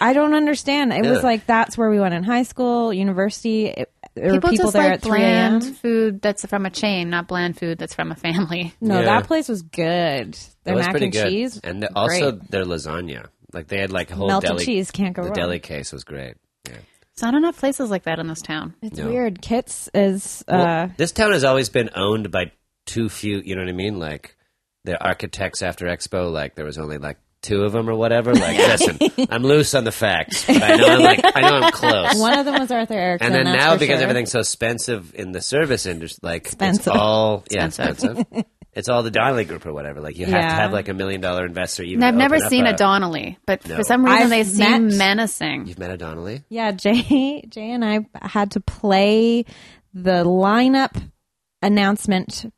B: I don't understand. It
C: Yeah.
B: was like that's where we went in high school, university. It, there
A: People,
B: were people
A: just
B: there
A: like
B: at three a.m.
A: bland food that's from a chain, not bland food that's from a family.
B: No,
C: Yeah.
B: that place was good. Their
C: It was
B: mac
C: pretty
B: and
C: good.
B: cheese,
C: and the- also
B: great.
C: their lasagna. Like they had like a whole
B: melted
C: deli.
B: cheese can't go
C: the
B: wrong.
C: deli case was great. Yeah.
A: So I don't have places like that in this town.
B: It's
C: No.
B: weird. Kits is uh,
C: Well, this town has always been owned by too few. You know what I mean? Like the architects after Expo, like there was only like two of them or whatever. Like, listen, I'm loose on the facts, but I know I'm like I know I'm close.
B: one of them was Arthur Erickson.
C: and then
B: that's
C: now
B: for
C: because
B: sure.
C: everything's so expensive in the service industry, like it's
B: Expensive.
C: all
A: Expensive.
C: yeah, expensive. it's all the Donnelly Group or whatever. Like you have to
B: Yeah.
C: have like a million dollar investor.
A: And
C: Even to
A: I've never
C: open up
A: seen a
C: a-
A: Donnelly, but
C: No.
A: for some reason
B: I've
A: they seem
B: met-
A: menacing.
C: You've met a Donnelly.
B: Yeah, Jay, Jay and I had to play the lineup announcement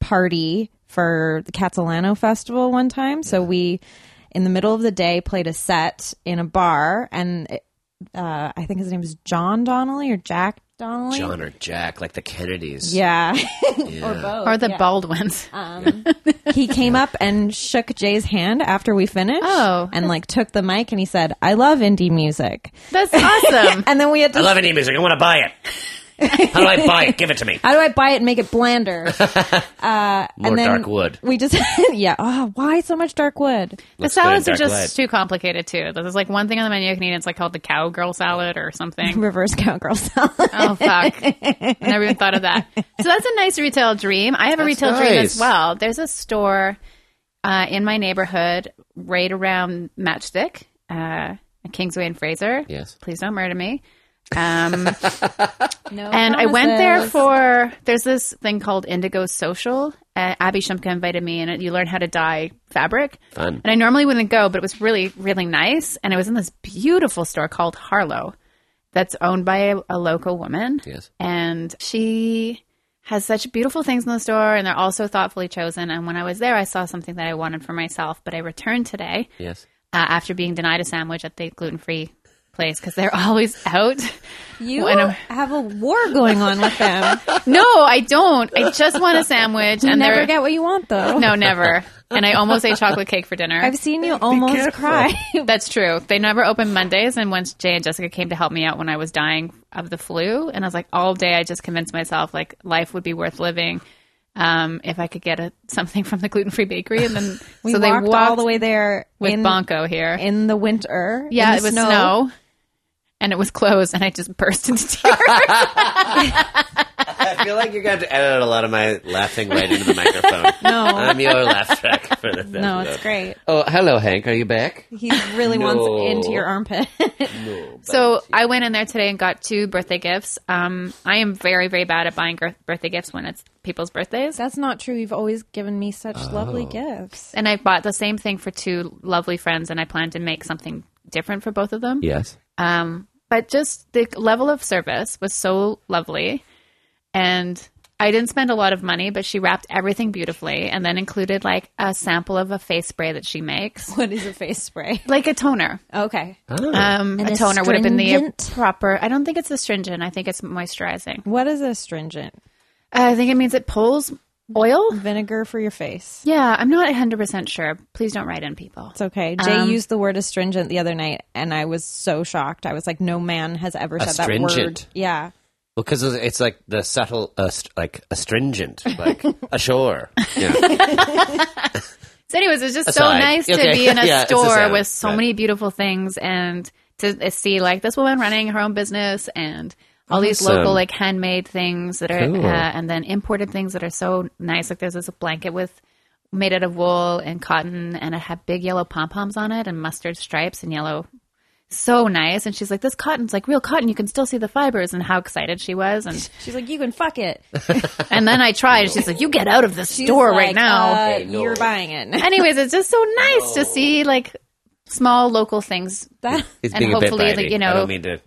B: party for the Catalano Festival one time. So we, in the middle of the day, played a set in a bar, and uh, I think his name was John Donnelly or Jack Donnelly.
C: John or Jack, like the Kennedys.
B: Yeah,
C: Yeah.
A: Or the Baldwins.
B: Um, he came up and shook Jay's hand after we finished.
A: Oh.
B: and like took the mic and he said, "I love indie music."
A: That's awesome.
B: And then we had
C: I
B: to
C: love indie music. I want to buy it. How do I buy it? Give it to me.
B: How do I buy it and make it blander? uh,
C: More
B: and then
C: dark wood.
B: We just, yeah. Oh, why so much dark wood?
A: The
C: good in
A: salads are
C: dark
A: just
C: light.
A: too complicated too. There's like one thing on the menu you can eat. It's like called the cowgirl salad or something.
B: Reverse cowgirl salad.
A: oh fuck! I never even thought of that. So that's a nice retail dream. I have a retail dream
C: nice.
A: as well. There's a store uh, in my neighborhood right around Matchstick, uh, Kingsway and Fraser.
C: Yes.
A: Please don't murder me. Um,
B: No,
A: and I went there for there's this thing called Indigo Social. Uh, Abby Shumka invited me, and you learn how to dye fabric.
C: Fun.
A: And I normally wouldn't go, but it was really, really nice. And I was in this beautiful store called Harlow, that's owned by a, a local woman.
C: Yes.
A: And she has such beautiful things in the store, and they're also thoughtfully chosen. And when I was there, I saw something that I wanted for myself, but I returned today
C: Yes.
A: uh, after being denied a sandwich at the gluten free place because they're always out.
B: You
A: when I'm-
B: have a war going on with them.
A: No, I don't. I just want a sandwich.
B: You
A: and
B: never
A: they're-
B: get what you want, though.
A: No, never. And I almost ate chocolate cake for dinner.
B: I've seen you almost cry.
A: That's true. They never open Mondays. And once Jay and Jessica came to help me out when I was dying of the flu, and I was like, all day, I just convinced myself like life would be worth living um, if I could get a, something from the gluten free bakery. And then
B: We
A: so they
B: walked
A: walked
B: all the way there
A: with
B: in,
A: Bonko here.
B: in the winter. in
A: yeah, it
B: the
A: was snow. and it was closed, and I just burst into tears.
C: I feel like you're going to have to edit out a lot of my laughing right into the microphone.
B: No,
C: I'm your laugh track for the
B: no, it's great.
C: Oh, hello, Hank. Are you back?
B: He really
C: No.
B: wants into your armpit.
C: No.
A: So I went in there today and got two birthday gifts. Um, I am very, very bad at buying gir- birthday gifts when it's people's birthdays.
B: That's not true. You've always given me such lovely
C: Oh.
B: gifts.
A: And I bought the same thing for two lovely friends, and I plan to make something different for both of them.
C: Yes.
A: Um, but just the level of service was so lovely. And I didn't spend a lot of money, but she wrapped everything beautifully and then included like a sample of a face spray that she makes,
B: What is a face spray?
A: like a toner.
B: Okay.
C: Oh.
A: Um,
B: An
A: a toner would have been the
B: astringent?
A: proper. I don't think it's astringent. I think it's moisturizing.
B: What is astringent?
A: I think it means it pulls
B: Mm-hmm.
A: oil.
B: Vinegar for your face.
A: Yeah, I'm not 100% sure. Please don't write in people.
B: It's okay. Jay
A: Um,
B: used the word astringent the other night, and I was so shocked. I was like, no man has ever said that word.
C: Astringent.
B: Yeah.
C: well, because it's like the subtle, ast- like astringent, like ashore. Yeah.
A: So, anyways, it's just so
C: Aside.
A: nice to
C: Okay.
A: be in a
C: Yeah, it's a
A: store
C: sound.
A: with so
C: Yeah.
A: many beautiful things and to see like this woman running her own business and all these
C: Awesome.
A: local like handmade things that are
C: Cool.
A: uh, and then imported things that are so nice. Like there's this blanket with made out of wool and cotton and it had big yellow pom poms on it and mustard stripes and yellow. So nice. And she's like, this cotton's like real cotton. You can still see the fibers and how excited she was. And,
B: She's like, you can fuck it.
A: and then I tried and she's like, you get out of the
B: She's
A: store right
B: like,
A: now.
B: uh,
C: Hey, no.
B: You're buying it.
A: Anyways, it's just so nice to see like small local things.
B: That,
C: He's
A: And
C: being a bit
A: hopefully,
C: bitey.
A: like, you know-
C: I don't mean to.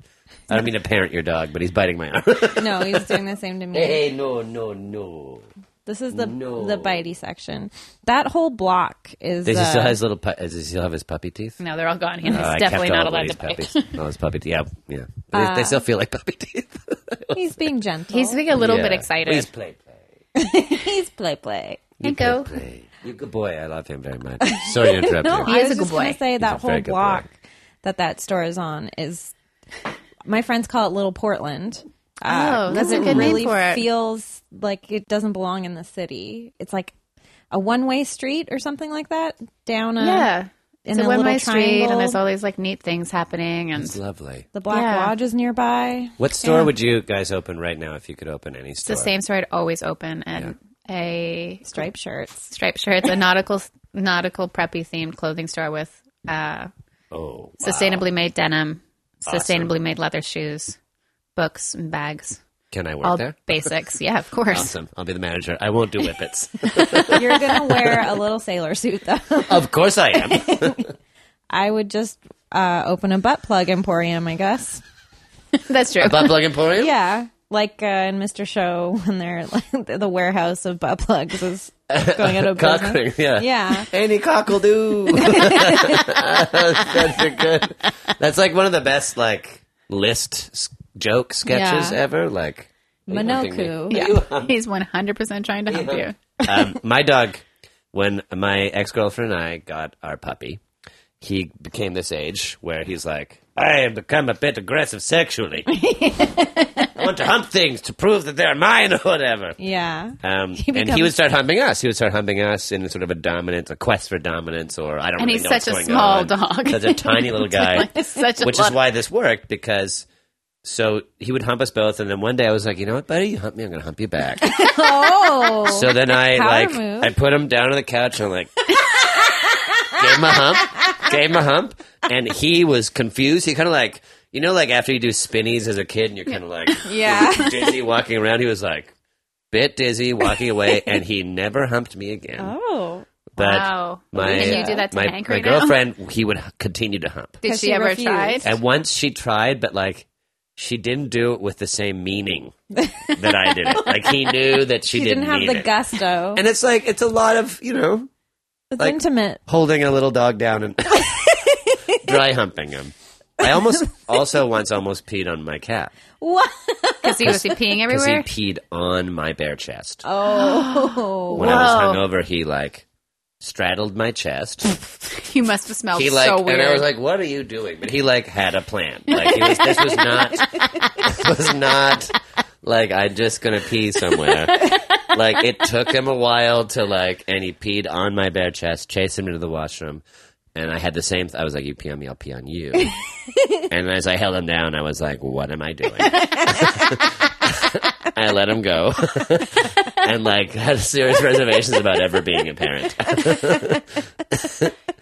C: I don't mean to parent your dog, but he's biting my arm.
B: no, he's doing the same to me.
C: hey, no, no, no.
B: This is the
C: No.
B: the bitey section. That whole block is.
C: Does he
B: uh,
C: still have his little? Pu- does he still have his puppy teeth?
A: No, they're all gone. He's
C: Oh, I kept
A: definitely
C: all
A: not
C: of
A: allowed
C: Woody's
A: to Uh, bite.
C: puppies. All his puppy teeth. Yeah, yeah. They, they still feel like puppy teeth.
B: he's being gentle.
A: He's being a little
C: Yeah.
A: bit excited.
C: Please play, play.
B: he's play play.
A: Kinko.
C: Play. You're a good boy. I love him very much. Sorry to interrupt
B: No,
C: you.
A: He
B: I
A: is
B: was
A: a
B: just
A: good
B: gonna
A: boy.
B: say
C: a
B: that
C: very
B: whole
C: good boy.
B: block that that store is on is. My friends call it Little Portland.
A: Oh, that's a
B: it
A: good name
B: really
A: for it.
B: feels like it doesn't belong in the city. It's like a one-way street or something like that down a
A: yeah. It's
B: in
A: a
B: a little
A: one way street,
B: triangle.
A: and there's all these like neat things happening. And
C: It's lovely.
B: the Black
A: Yeah.
B: Lodge is nearby.
C: What store would you guys open right now if you could open any
A: it's the
C: store?
A: same store I'd always open, and a
B: Striped shirts.
A: striped shirts, a nautical nautical preppy themed clothing store with uh,
C: Oh,
A: sustainably made denim, sustainably made leather shoes, books and bags,
C: can I work
A: all
C: there?
A: basics. Yeah, of course.
C: Awesome. I'll be the manager. I won't do whippets.
B: You're gonna wear a little sailor suit though.
C: of course I am.
B: I would just uh, open a butt plug emporium, I guess.
A: That's true.
C: Butt plug emporium.
B: Yeah, like uh, in Mr. Show when they're like the warehouse of butt plugs is going out of
C: Cock
B: business.
C: ring, Yeah.
B: Uh-huh. Yeah,
C: Any cock will do. That's a good. That's like one of the best like list s- joke sketches
B: Yeah.
C: ever. Like are you hunting me?
B: Minoku.
A: Yeah. He's 100% trying to help you.
C: um, my dog, when my ex girlfriend and I got our puppy, he became this age where he's like, I have become a bit aggressive sexually. I want to hump things to prove that they're mine or whatever.
B: yeah.
C: Um, and he
B: becomes-
C: would start humping us. He would start humping us in sort of a dominance, a quest for dominance, or I don't
A: And
C: really
A: he's
C: know what's
A: such a
C: going
A: small
C: on.
A: dog.
C: Such a tiny little guy.
A: It's such a
C: which is
A: lot-
C: why this worked because so he would hump us both, and then one day I was like, you know what, buddy, you hump me, I'm going to hump you back.
B: Oh,
C: So then I
B: Power
C: like
B: move.
C: I put him down on the couch and like gave him a hump, gave him a hump, and he was confused. He kind of like you know like after you do spinnies as a kid and you're kind of like
B: Yeah.
C: dizzy walking around. He was like bit dizzy walking away, and he never humped me again.
B: oh,
C: But
A: Wow.
C: my
A: Can you do that to
C: my,
A: Hank
C: my
A: right now?
C: girlfriend he would h- continue to hump,
A: Did
B: 'Cause
A: she,
B: she
A: ever
B: refused.
A: try?
C: and once she tried, but like. She didn't do it with the same meaning that I did it. Like he knew that she,
B: she didn't have
C: mean
B: the
C: it.
B: gusto.
C: And it's like it's a lot of you know
B: it's
C: like-
B: intimate.
C: holding a little dog down and dry humping him. I almost also once almost peed on my cat
B: What?
A: Because he was he peeing
C: because he
A: everywhere.
C: peed on my bare chest.
B: Oh,
C: when I
A: Whoa.
C: was hungover, he like straddled my chest.
A: You must have smelled
C: He like
A: so weird.
C: and I was like, "What are you doing?" But he like had a plan. Like he was, this was not this was not like I'm just gonna pee somewhere. like it took him a while to like, and he peed on my bare chest, chased him into the washroom, and I had the same. I was like, "You pee on me, I'll pee on you." and as I held him down, I was like, "What am I doing?" I let him go, and like had serious reservations about ever being a parent.
A: I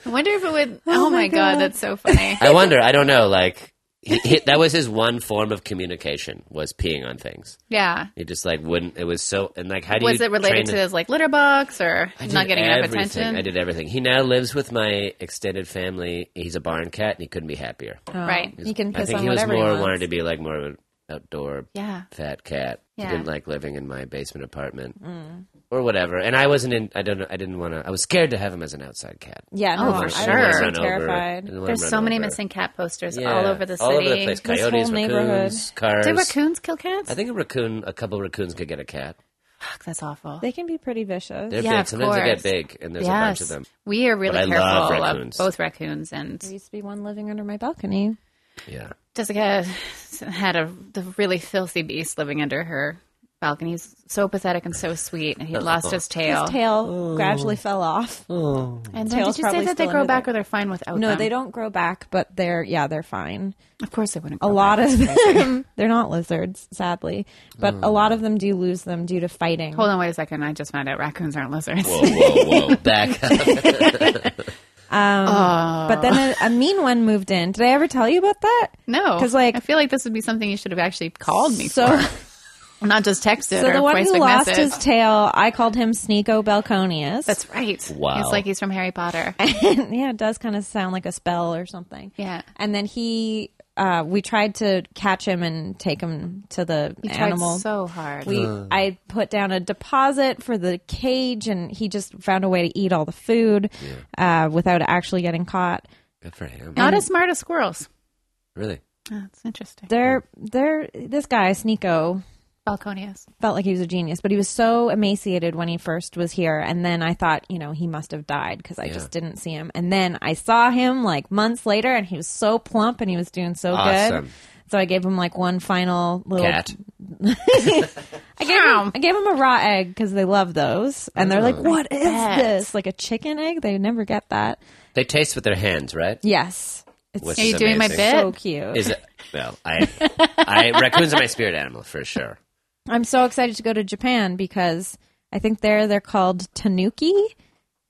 A: wonder if it would. Oh, my god. that's so funny.
C: I wonder. I don't know. Like he, he, that was his one form of communication was peeing on things.
A: Yeah.
C: He just like wouldn't. It was so and like how do
A: Was
C: you
A: it related
C: train
A: to his like litter box or
C: I
A: not
C: did
A: getting enough
C: everything.
A: attention?
C: I did everything. He now lives with my extended family. He's a barn cat, and he couldn't be happier.
A: Right.
B: You can
C: I
B: piss
C: think
B: on
C: he was
B: whatever
C: more
B: he
C: wanted
B: wants.
C: to be like more of an outdoor
A: Yeah.
C: fat
A: Yeah. Mm.
C: cat. He didn't like living in my basement apartment or whatever. And I wasn't in. I don't know. I didn't want to. I was scared to have him as an outside cat.
B: Yeah, no,
A: Oh, for
B: I'm
A: sure.
B: I'm
A: Run
B: so
C: over.
B: terrified.
C: Didn't let him
A: There's
C: run
A: so many
C: over.
A: missing cat posters
C: Yeah,
A: all over the city.
C: All over the place.
B: This
C: Coyotes,
B: whole neighborhood.
C: raccoons, cars.
A: Did raccoons kill cats?
C: I think a raccoon, a couple raccoons could get a cat.
A: Fuck, that's awful.
B: They can be pretty vicious.
C: They're
A: Yeah,
C: big.
A: of
C: Sometimes they
A: course.
C: get big, and there's a bunch of them.
A: We are really
C: But I
A: careful
C: love
A: of
C: raccoons.
A: both raccoons and
B: There used to be one living under my balcony.
C: Yeah.
A: Jessica had a the really filthy beast living under her Falcon. He's so pathetic and so sweet, and he lost his tail.
B: His tail gradually fell off.
A: and then did
B: tail's
A: you say
B: probably
A: that they
B: still
A: grow
B: under
A: back or they're fine without
B: No,
A: them?
B: they don't grow back, but they're yeah, they're fine.
A: Of course they wouldn't.
B: A lot of them, they're not lizards, sadly, but a
C: Mm.
B: lot of them do lose them due to fighting.
A: Hold on, wait a second. I just found out raccoons aren't lizards.
C: Whoa, whoa, whoa! Back up.
A: Uh,
B: But then a, a mean one moved in. Did I ever tell you about that?
A: No,
B: 'Cause, like-
A: I feel like this would be something you should have actually called me.
B: So,
A: for. not just texted
B: so
A: or
B: the one who
A: Facebook
B: lost
A: message.
B: his tail, I called him Sneeko Balconius.
A: That's right.
C: Wow.
A: He's like he's from Harry Potter.
B: yeah, it does kind of sound like a spell or something.
A: Yeah.
B: And then he, uh, we tried to catch him and take him to the
A: He tried
B: animal.
A: so hard.
B: we, I put down a deposit for the cage, and he just found a way to eat all the food uh, without actually getting caught.
C: Good for him.
A: not as smart as squirrels.
C: Really?
A: Oh, that's interesting.
B: They're, they're, this guy, Sneeko,
A: Balconius.
B: felt like he was a genius, but he was so emaciated when he first was here. And then I thought, you know, he must have died because I just didn't see him. And then I saw him like months later and he was so plump and he was doing so
C: Awesome.
B: good. So I gave him like one final little.
C: Cat.
A: I gave him.
B: I gave him a raw egg because they love those. And they're
C: Mm.
B: like, what is
A: bet.
B: this? Like a chicken egg? They never get that.
C: They taste with their hands, right?
B: Yes. It's
C: Which
A: Are
C: is
A: you doing my bit?
C: amazing.
B: so cute.
C: Is it? Well, I, I raccoons are my spirit animal for sure.
B: I'm so excited to go to Japan because I think there they're called tanuki.
A: Do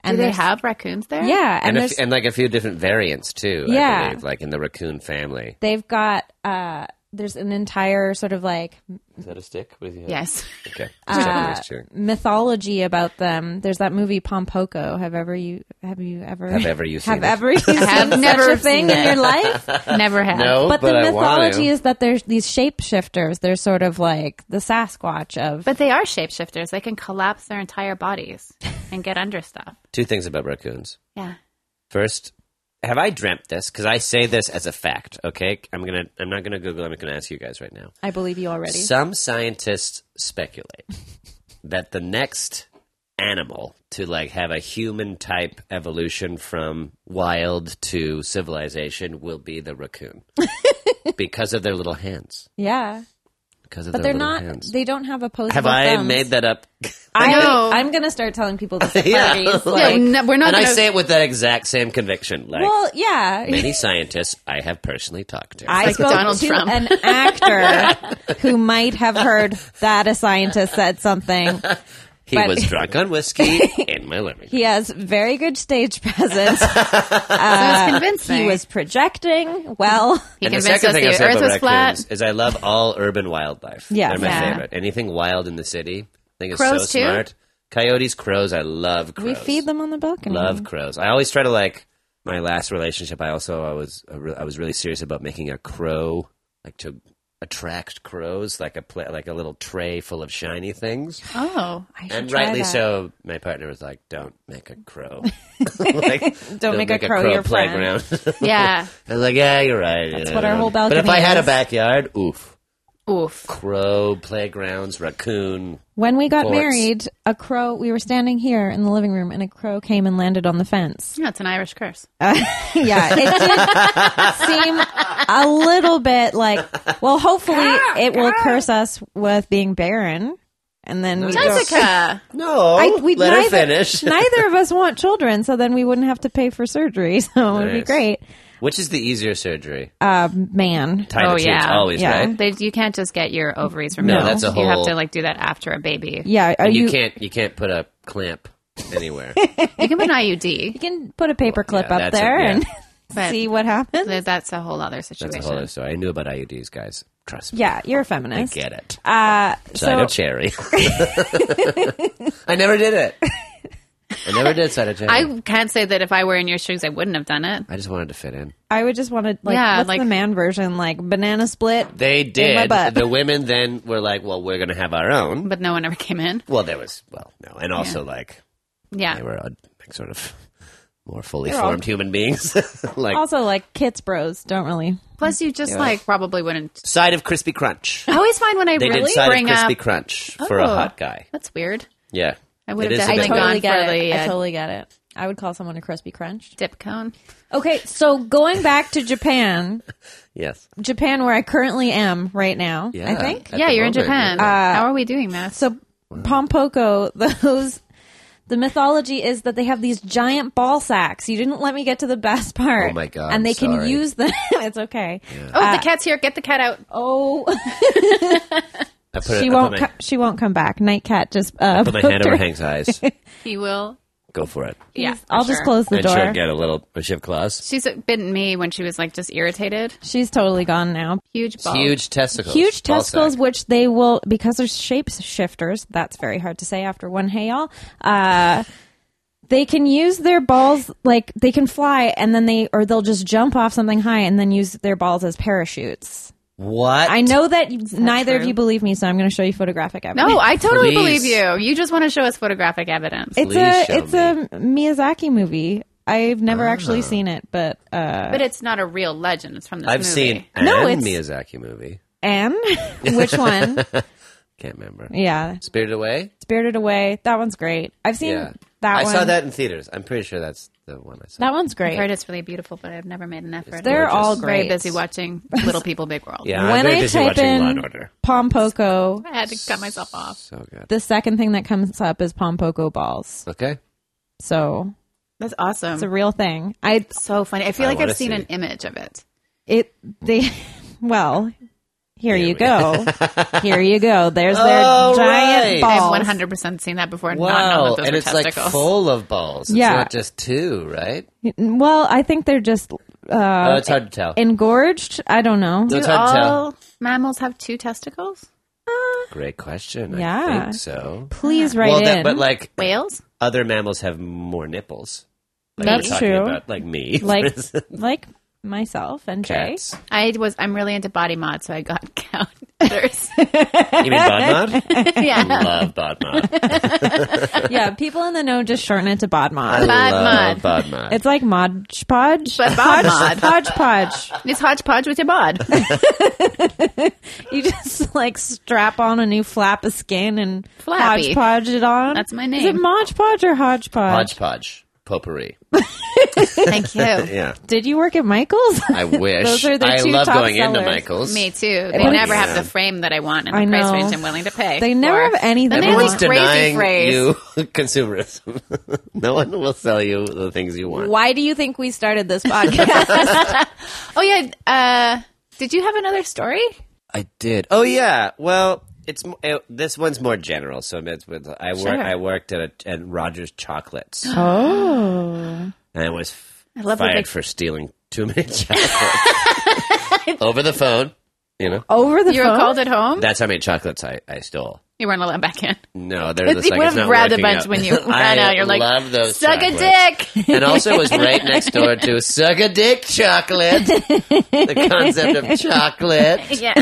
A: they
B: they're-
A: have raccoons there?
B: Yeah.
C: and,
B: And,
C: a
B: there's
C: f- and like a few different variants too. I
B: Yeah.
C: believe, like in the raccoon family.
B: they've got uh there's an entire sort of like
C: Is that a stick? With you?
A: Yes.
C: Okay. Just checking
B: Uh,
C: I was chewing.
B: mythology about them. There's that movie Pompoko. Have ever you have you ever
C: Have ever you
B: have
C: seen it?
B: ever you seen
A: have never
B: such a thing
A: seen
B: in your life?
A: Never have.
C: No,
B: But,
C: Oh, but,
B: the
C: I want
B: mythology
C: to.
B: is that there's these shapeshifters. They're sort of like the Sasquatch of
A: But they are shapeshifters. They can collapse their entire bodies and get under stuff.
C: Two things about raccoons.
A: Yeah.
C: First, have I dreamt this? Because I say this as a fact. Okay, I'm gonna. I'm not gonna Google. I'm gonna ask you guys right now.
B: I believe you already.
C: Some scientists speculate that the next animal to like have a human type evolution from wild to civilization will be the raccoon because of their little hands.
B: yeah.
C: Because of
B: But
C: their
B: they're
C: little
B: not
C: hands.
B: they don't have opposable
C: have I
B: thumbs.
C: made that up?
B: I
A: No.
B: I'm going to start telling people this at
C: Yeah.
B: parties.
C: No,
B: Like,
A: no, we're not
C: and I
A: gonna-
C: say it with that exact same conviction. Like
B: well, yeah.
C: many scientists I have personally talked to.
B: I
A: like
B: spoke
A: Donald
B: to
A: Trump.
B: an actor who might have heard that a scientist said something.
C: he
B: but-
C: was drunk on whiskey in my living room.
B: He has very good stage presence.
A: so convinced
B: he was projecting well.
A: He
C: and the
A: convinced
C: second
A: us
C: thing I
A: the
C: say
A: Earth
C: about
A: was
C: raccoons
A: flat.
C: is I love all urban wildlife.
B: Yes.
C: They're my
A: Yeah.
C: favorite. Anything wild in the city, I think it's
A: Crows,
C: so
A: too?
C: smart. Coyotes, crows, I love crows.
B: We feed them on the balcony.
C: Love crows. I always try to like my last relationship. I also I was I re- I was really serious about making a crow like to attract crows, like a pla like a little tray full of shiny things.
A: Oh,
B: I should
C: And
B: try
C: rightly
B: that.
C: so, my partner was like, "Don't make a crow. Like, don't,
B: make a crow your friend."
C: playground."
A: yeah.
C: I was like, "Yeah, you're right." That's
B: what our whole
C: But if I
B: balcony
C: had a
B: is.
C: backyard, oof,
A: Oof.
C: crow playgrounds, raccoon.
B: When we got
C: Forts.
B: married, a crow. We were standing here in the living room, and a crow came and landed on the fence.
A: Yeah, it's an Irish curse.
B: yeah, it did seem a little bit like. Well, hopefully, it will curse us with being barren, and then we don't-
A: Jessica.
C: No,
B: I, we
C: let
B: neither,
C: her finish.
B: neither of us want children, so then we wouldn't have to pay for surgery. So it would be
C: Nice.
B: great.
C: Which is the easier surgery?
B: Uh, man,
C: Tie
A: Oh,
C: the tubes
A: yeah.
C: always,
B: Yeah.
C: right?
A: They, you can't just get your ovaries removed.
C: that's a
A: You have
C: whole-
A: to like do that after a baby.
B: yeah, are
C: And you,
B: you,
C: can't you can't put a clamp anywhere.
A: You can put an IUD,
B: you can put a paperclip
C: Yeah,
B: up
C: that's it,
B: there
C: yeah.
A: But-
B: and see what happens.
A: but that's a whole other situation.
C: That's a whole other story. I knew about IUDs, guys. Trust me.
B: Yeah, you're a
C: I
B: feminist.
C: get it.
B: Uh,
C: Side
B: so
C: of cherry. I never did it. I never did side of cherry. I,
A: I can't say that if I were in your shoes, I wouldn't have done it.
C: just wanted to fit in.
B: I would just want to like
A: Yeah,
B: what's
A: like-
B: the man version like banana split.
C: They
B: my
C: did.
B: butt.
C: The women then were like, "Well, we're going to have our own."
A: But no one ever came in.
C: Well, there was well, no, and also like
A: Yeah.
C: they were uh, like sort of more fully
B: all-
C: formed human beings. like
B: Also, like kids bros don't really.
A: Plus, you just like probably wouldn't.
C: side of crispy crunch.
A: I always find when I
C: They
A: really
C: did side
A: bring
C: of crispy
A: up.
C: crunch for a
A: Oh.
C: hot guy.
A: That's weird.
C: Yeah,
A: I would have
C: It is a
A: definitely
C: bit
A: gone
C: weird.
A: for the, uh,
B: totally get it. I would call someone a crispy crunch.
A: dip cone.
B: Okay, so going back to Japan,
C: Yes.
B: Japan where I currently am right now,
C: Yeah.
B: I think.
C: At
A: yeah,
C: the
A: you're in
C: moment,
A: Japan.
C: yeah.
A: How are we doing this?
B: So Pompoko, those the mythology is that they have these giant ball sacks. You didn't let me get to the best part.
C: Oh my God,
B: And they
C: I'm
B: can
C: sorry.
B: use them. it's okay.
A: oh, the cat's here. Get the cat out.
B: Oh,
C: I put it-
B: she
C: I put
B: won't.
C: my-
B: co- she won't come back. Night cat just. Uh,
C: Put my
B: poked
C: hand
B: her-
C: over Hank's eyes.
A: He will.
C: Go for it.
A: Yeah, for
B: I'll just
A: sure.
B: close the
C: and she'll
B: door.
C: get a little a shift claws.
A: She's bitten me when she was like just irritated.
B: She's totally gone now.
A: Huge ball.
C: Huge testicles.
B: Huge
C: Ball
B: testicles,
C: sack.
B: which they will because they're shapeshifters. That's very hard to say after one hey y'all. Uh, they can use their balls like they can fly, and then they or they'll just jump off something high and then use their balls as parachutes.
C: What?
B: I know that, you- neither of
A: true?
B: you believe me, so I'm going to show you photographic evidence.
A: No, I totally
C: Please.
A: believe you. You just want to show us photographic evidence.
B: it's
C: please
B: a
C: show Ah.
B: it's a Miyazaki movie. I've never actually seen it, but uh,
A: but it's not a real legend. It's from this
C: I've
A: movie.
C: seen
B: No,
C: an
B: it's-
C: Miyazaki movie.
B: Anne, which one?
C: Can't remember.
B: Yeah,
C: Spirited Away.
B: Spirited Away. That one's great. I've seen
C: Yeah,
B: that
C: I
B: one.
C: saw that in theaters. I'm pretty sure that's the one I saw.
B: That one's
A: I've
B: great.
A: heard it's really beautiful, but I've never made an effort.
B: They're
C: gorgeous.
B: all
A: I'm
B: great.
A: very busy watching Little People, Big World.
C: yeah, I'm
B: when
C: very
B: I
C: busy
B: type
C: watching Law
B: in
C: and Order.
B: Pompoco,
A: I had to cut myself off.
C: So good.
B: the second thing that comes up is Pompoco balls.
C: Okay.
B: So
A: That's awesome.
C: Um,
B: it's a real thing. I
A: so funny. I feel
C: I
A: like
C: wanna
A: I've seen
C: see.
A: an image of it.
B: it they well. Here
C: Here
B: you
C: we-
B: go. Here you go. There's their
C: All
B: giant
C: right.
A: I've
B: balls.
A: 100% seen that before. Not known
C: Wow,
A: that those
C: and
A: were
C: it's
A: testicles.
C: like full of balls. It's
B: Yeah.
C: not just two, right?
B: Well, I think they're just uh,
C: oh, it's hard to tell.
B: engorged. I don't know.
C: No,
A: Do
C: it's hard to tell.
A: all mammals have two testicles?
C: Great question. I
B: Yeah.
C: think so.
B: Please write
C: well,
B: in.
C: that, but like
A: Whales?
C: other mammals have more nipples. Like
B: That's
C: we're talking
B: true.
C: About, like me, for
B: like
C: instance.
B: like myself and Jay.
C: cats.
A: I was. I'm really into body mod, so I got counters.
C: You mean Bodmod?
A: yeah,
C: Love Bodmod.
B: yeah, people in the know just shorten it to bod mod.
A: Bod
C: Love Bodmod.
B: It's like Mod Podge.
A: But bod mod.
B: Hodgepodge.
A: it's hodgepodge with your bod.
B: You just like strap on a new flap of skin and
A: Flappy.
B: hodgepodge it on.
A: That's my
B: Is it
A: name.
B: Mod Podge or Hodgepodge?
C: hodgepodge, potpourri.
A: Thank you.
C: Yeah,
B: Did you work at Michael's?
C: I wish.
B: Those are their
C: I
B: two
C: love
B: top
C: going into
B: sellers.
C: Michael's.
A: Me too.
B: But
A: They never
C: it's-
A: have the frame that I want and the
B: I know.
A: price range I'm willing to pay.
B: They never
A: for.
B: have anything
A: And they
B: they
A: have
C: Everyone's
A: this crazy
C: denying
A: phrase.
C: you consumerism. no one will sell you the things you want.
B: Why do you think we started this podcast?
A: Oh yeah. Uh, did you have another story?
C: I did. Oh yeah. Well, it's m- uh this one's more general. So it's with I work.
A: Sure.
C: I worked at a, at Rogers Chocolates, and
B: oh.
C: I was f-
A: I love that
C: fired
A: they-
C: for stealing too many chocolates over the phone. You know,
B: Over the
A: You were
B: phone?
A: called at home.
C: that's how many chocolates I, I stole.
A: You weren't allowed back in.
C: No, they're the
A: You
C: like,
A: would have
C: it's not
A: grabbed a
C: working
A: bunch
C: out.
A: when you
C: I
A: ran out. You're like,
C: love those
A: Suck a
C: chocolates.
A: dick.
C: and also it was right next door to suck a dick chocolate the concept of chocolate
A: yeah.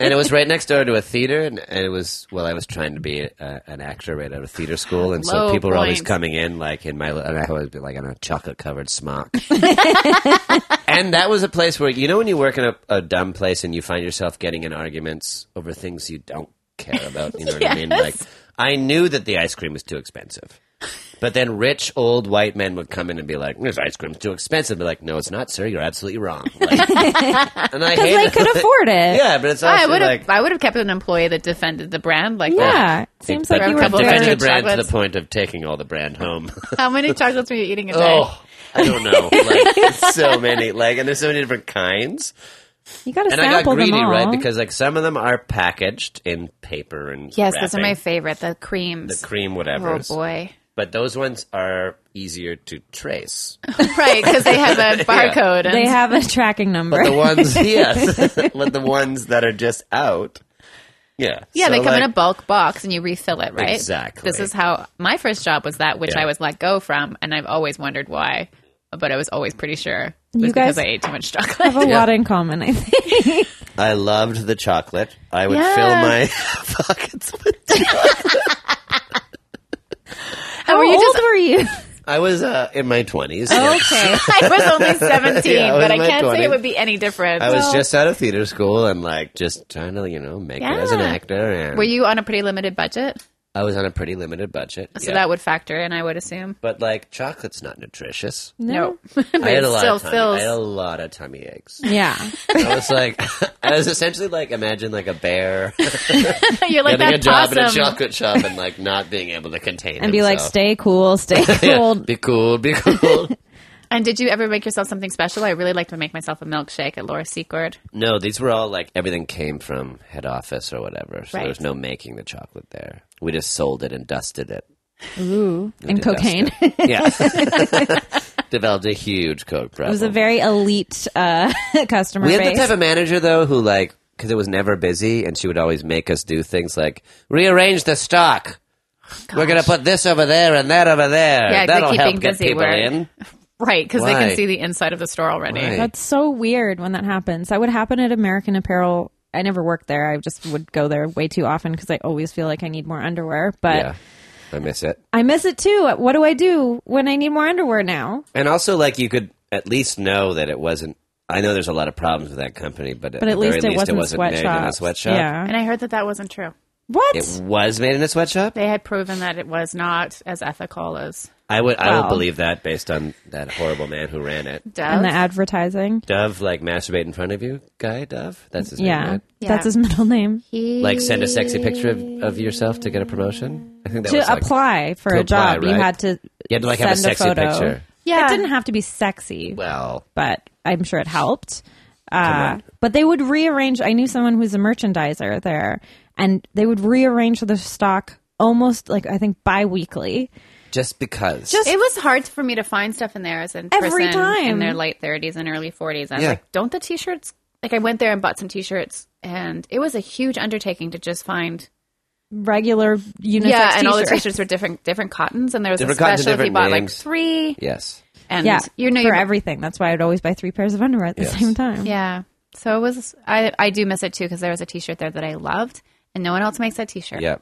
C: and it was right next door to a theater and, and it was well i was trying to be a, an actor right out of theater school and so
A: Low
C: people were always
A: point.
C: coming in like in my and i always be like in a chocolate covered smock and that was a place where you know when you work in a, a dumb place and you find yourself getting in arguments over things you don't care about you know what i mean like i knew that the ice cream was too expensive but then rich old white men would come in and be like, "This ice cream's too expensive." Be like, "No, it's not, sir. You're absolutely wrong." Like, and I
B: Because
C: hate
B: they
C: it.
B: could afford it.
C: Yeah, but it's
A: I
C: also
A: would have.
C: like
A: I would have kept an employee that defended the brand like that.
B: Yeah. Seems like
C: But
B: you were
A: couple of
B: very...
C: defending the
A: very-
C: brand to
A: chocolates.
C: the point of taking all the brand home.
A: How many chocolates were you eating a day?
C: oh, I don't know, like so many, like, and there's so many different kinds.
B: You got to
C: And I got
B: sample
C: greedy,
B: them all.
C: right? Because like some of them are packaged in paper and
A: Yes, those are
C: wrapping,
A: my favorite. The creams.
C: the cream
A: oh
C: whatever.
A: boy.
C: But those ones are easier to trace.
A: right, because they have a barcode. and
B: they have a tracking number.
C: But the ones, yes, but the ones that are just out, yeah,
A: Yeah,
C: So,
A: they come in a
C: like,
A: bulk box and you refill it, right?
C: Exactly.
A: This is how my first job was that, which
C: Yeah.
A: I was let go from, and I've always wondered why, but I was always pretty sure it was
B: You guys-
A: because I ate too much
B: have a
A: chocolate.
B: lot in common, I think.
C: I loved the chocolate. I would
A: Yeah.
C: fill my pockets with
A: How were you
B: old
A: just?
B: were you?
C: I was uh, in my twenties.
A: Oh,
B: okay.
A: I was only seventeen,
C: Yeah, I was
A: but I
C: in my
A: can't say
C: 20s.
A: it would be any different.
C: I was just out of theater school and like just trying to, you know, make it as an
A: Yeah.
C: actor. And
A: were you on a pretty limited budget?
C: I was on a pretty limited budget.
A: So
C: yeah.
A: that would factor in, I would assume.
C: but like chocolate's not nutritious.
A: No, but
C: I had a
A: it
C: lot
A: still
C: of tummy, I
A: fills.
C: had a lot of tummy aches.
B: Yeah.
C: I was like, I was essentially like, imagine like a bear
A: You're like
C: getting a
A: that
C: job
A: possum.
C: in a chocolate shop and like not being able to contain
B: And be like,
C: himself.
B: stay cool, stay
C: Yeah,
B: cool.
C: be cool, be cool.
A: And did you ever make yourself something special? I really like to make myself a milkshake at Laura Secord.
C: no, these were all like everything came from head office or whatever. So
A: Right.
C: there was no making the chocolate there. We just sold it and dusted it.
B: Ooh. And
C: did that
B: cocaine.
C: stuff. Yeah. Developed a huge coke problem.
B: It was a very elite uh, customer
C: we had
B: base.
C: the type of manager though who like because it was never busy and she would always make us do things like rearrange the stock. We're gonna put this over there and that over there.
A: Yeah, the
C: That'll help
A: keeping
C: get
A: busy
C: people
A: word.
C: in.
A: Right, because they
C: Why?
A: can see the inside of the store already.
C: Why?
B: That's so weird when that happens. That would happen at American Apparel. I never worked there. I just would go there way too often because I always feel like I need more underwear. But
C: Yeah, I miss it.
B: I miss it too. What do I do when I need more underwear now?
C: And also, like, you could at least know that it wasn't. I know there's a lot of problems with that company, but at,
B: But at
C: the very
B: least it wasn't,
C: made
B: sweatshops.
C: in a sweatshop.
B: Yeah.
A: And I heard that that wasn't true.
B: What?
C: It was made in a sweatshop.
A: They had proven that it was not as ethical as
C: I would, I would
B: Wow.
C: believe that based on that horrible man who ran it.
A: Dove.
B: and the advertising.
C: Dove, like, masturbate in front of you, guy. Dove, that's his name.
B: Yeah.
C: right?
A: Yeah.
B: That's his middle name.
A: He-
C: Like, send a sexy picture of, of yourself to get a promotion. I think that
B: To
C: was like,
B: apply for
C: to
B: a job,
C: apply,
B: you
C: right?
B: had to
C: You had to, like,
B: send
C: have a sexy
B: photo.
C: picture.
A: Yeah.
B: It didn't have to be sexy,
C: Well,
B: but I'm sure it helped. Uh, but they would rearrange. I knew someone who was a merchandiser there, and they would rearrange the stock almost like I think bi-weekly.
C: just because.
B: Just-
A: it was hard for me to find stuff in there as a
B: Every
A: person
B: time.
A: in their late 30s and early 40s. I was
C: Yeah.
A: like, don't the t-shirts? Like I went there and bought some t-shirts and it was a huge undertaking to just find
B: Regular unisex
A: yeah, and all the
B: t-shirts.
A: t-shirts were different different cottons and there was
C: Different
A: a
C: cottons,
A: special if you
C: different
A: bought like
C: names.
A: 3
C: yes.
A: and
B: Yeah,
A: you know
B: for
A: you
B: everything. That's why I'd always buy three pairs of underwear at the
C: Yes.
B: same time.
A: Yeah. So it was I I do miss it too cuz there was a t-shirt there that I loved and no one else makes that t-shirt.
C: Yeah.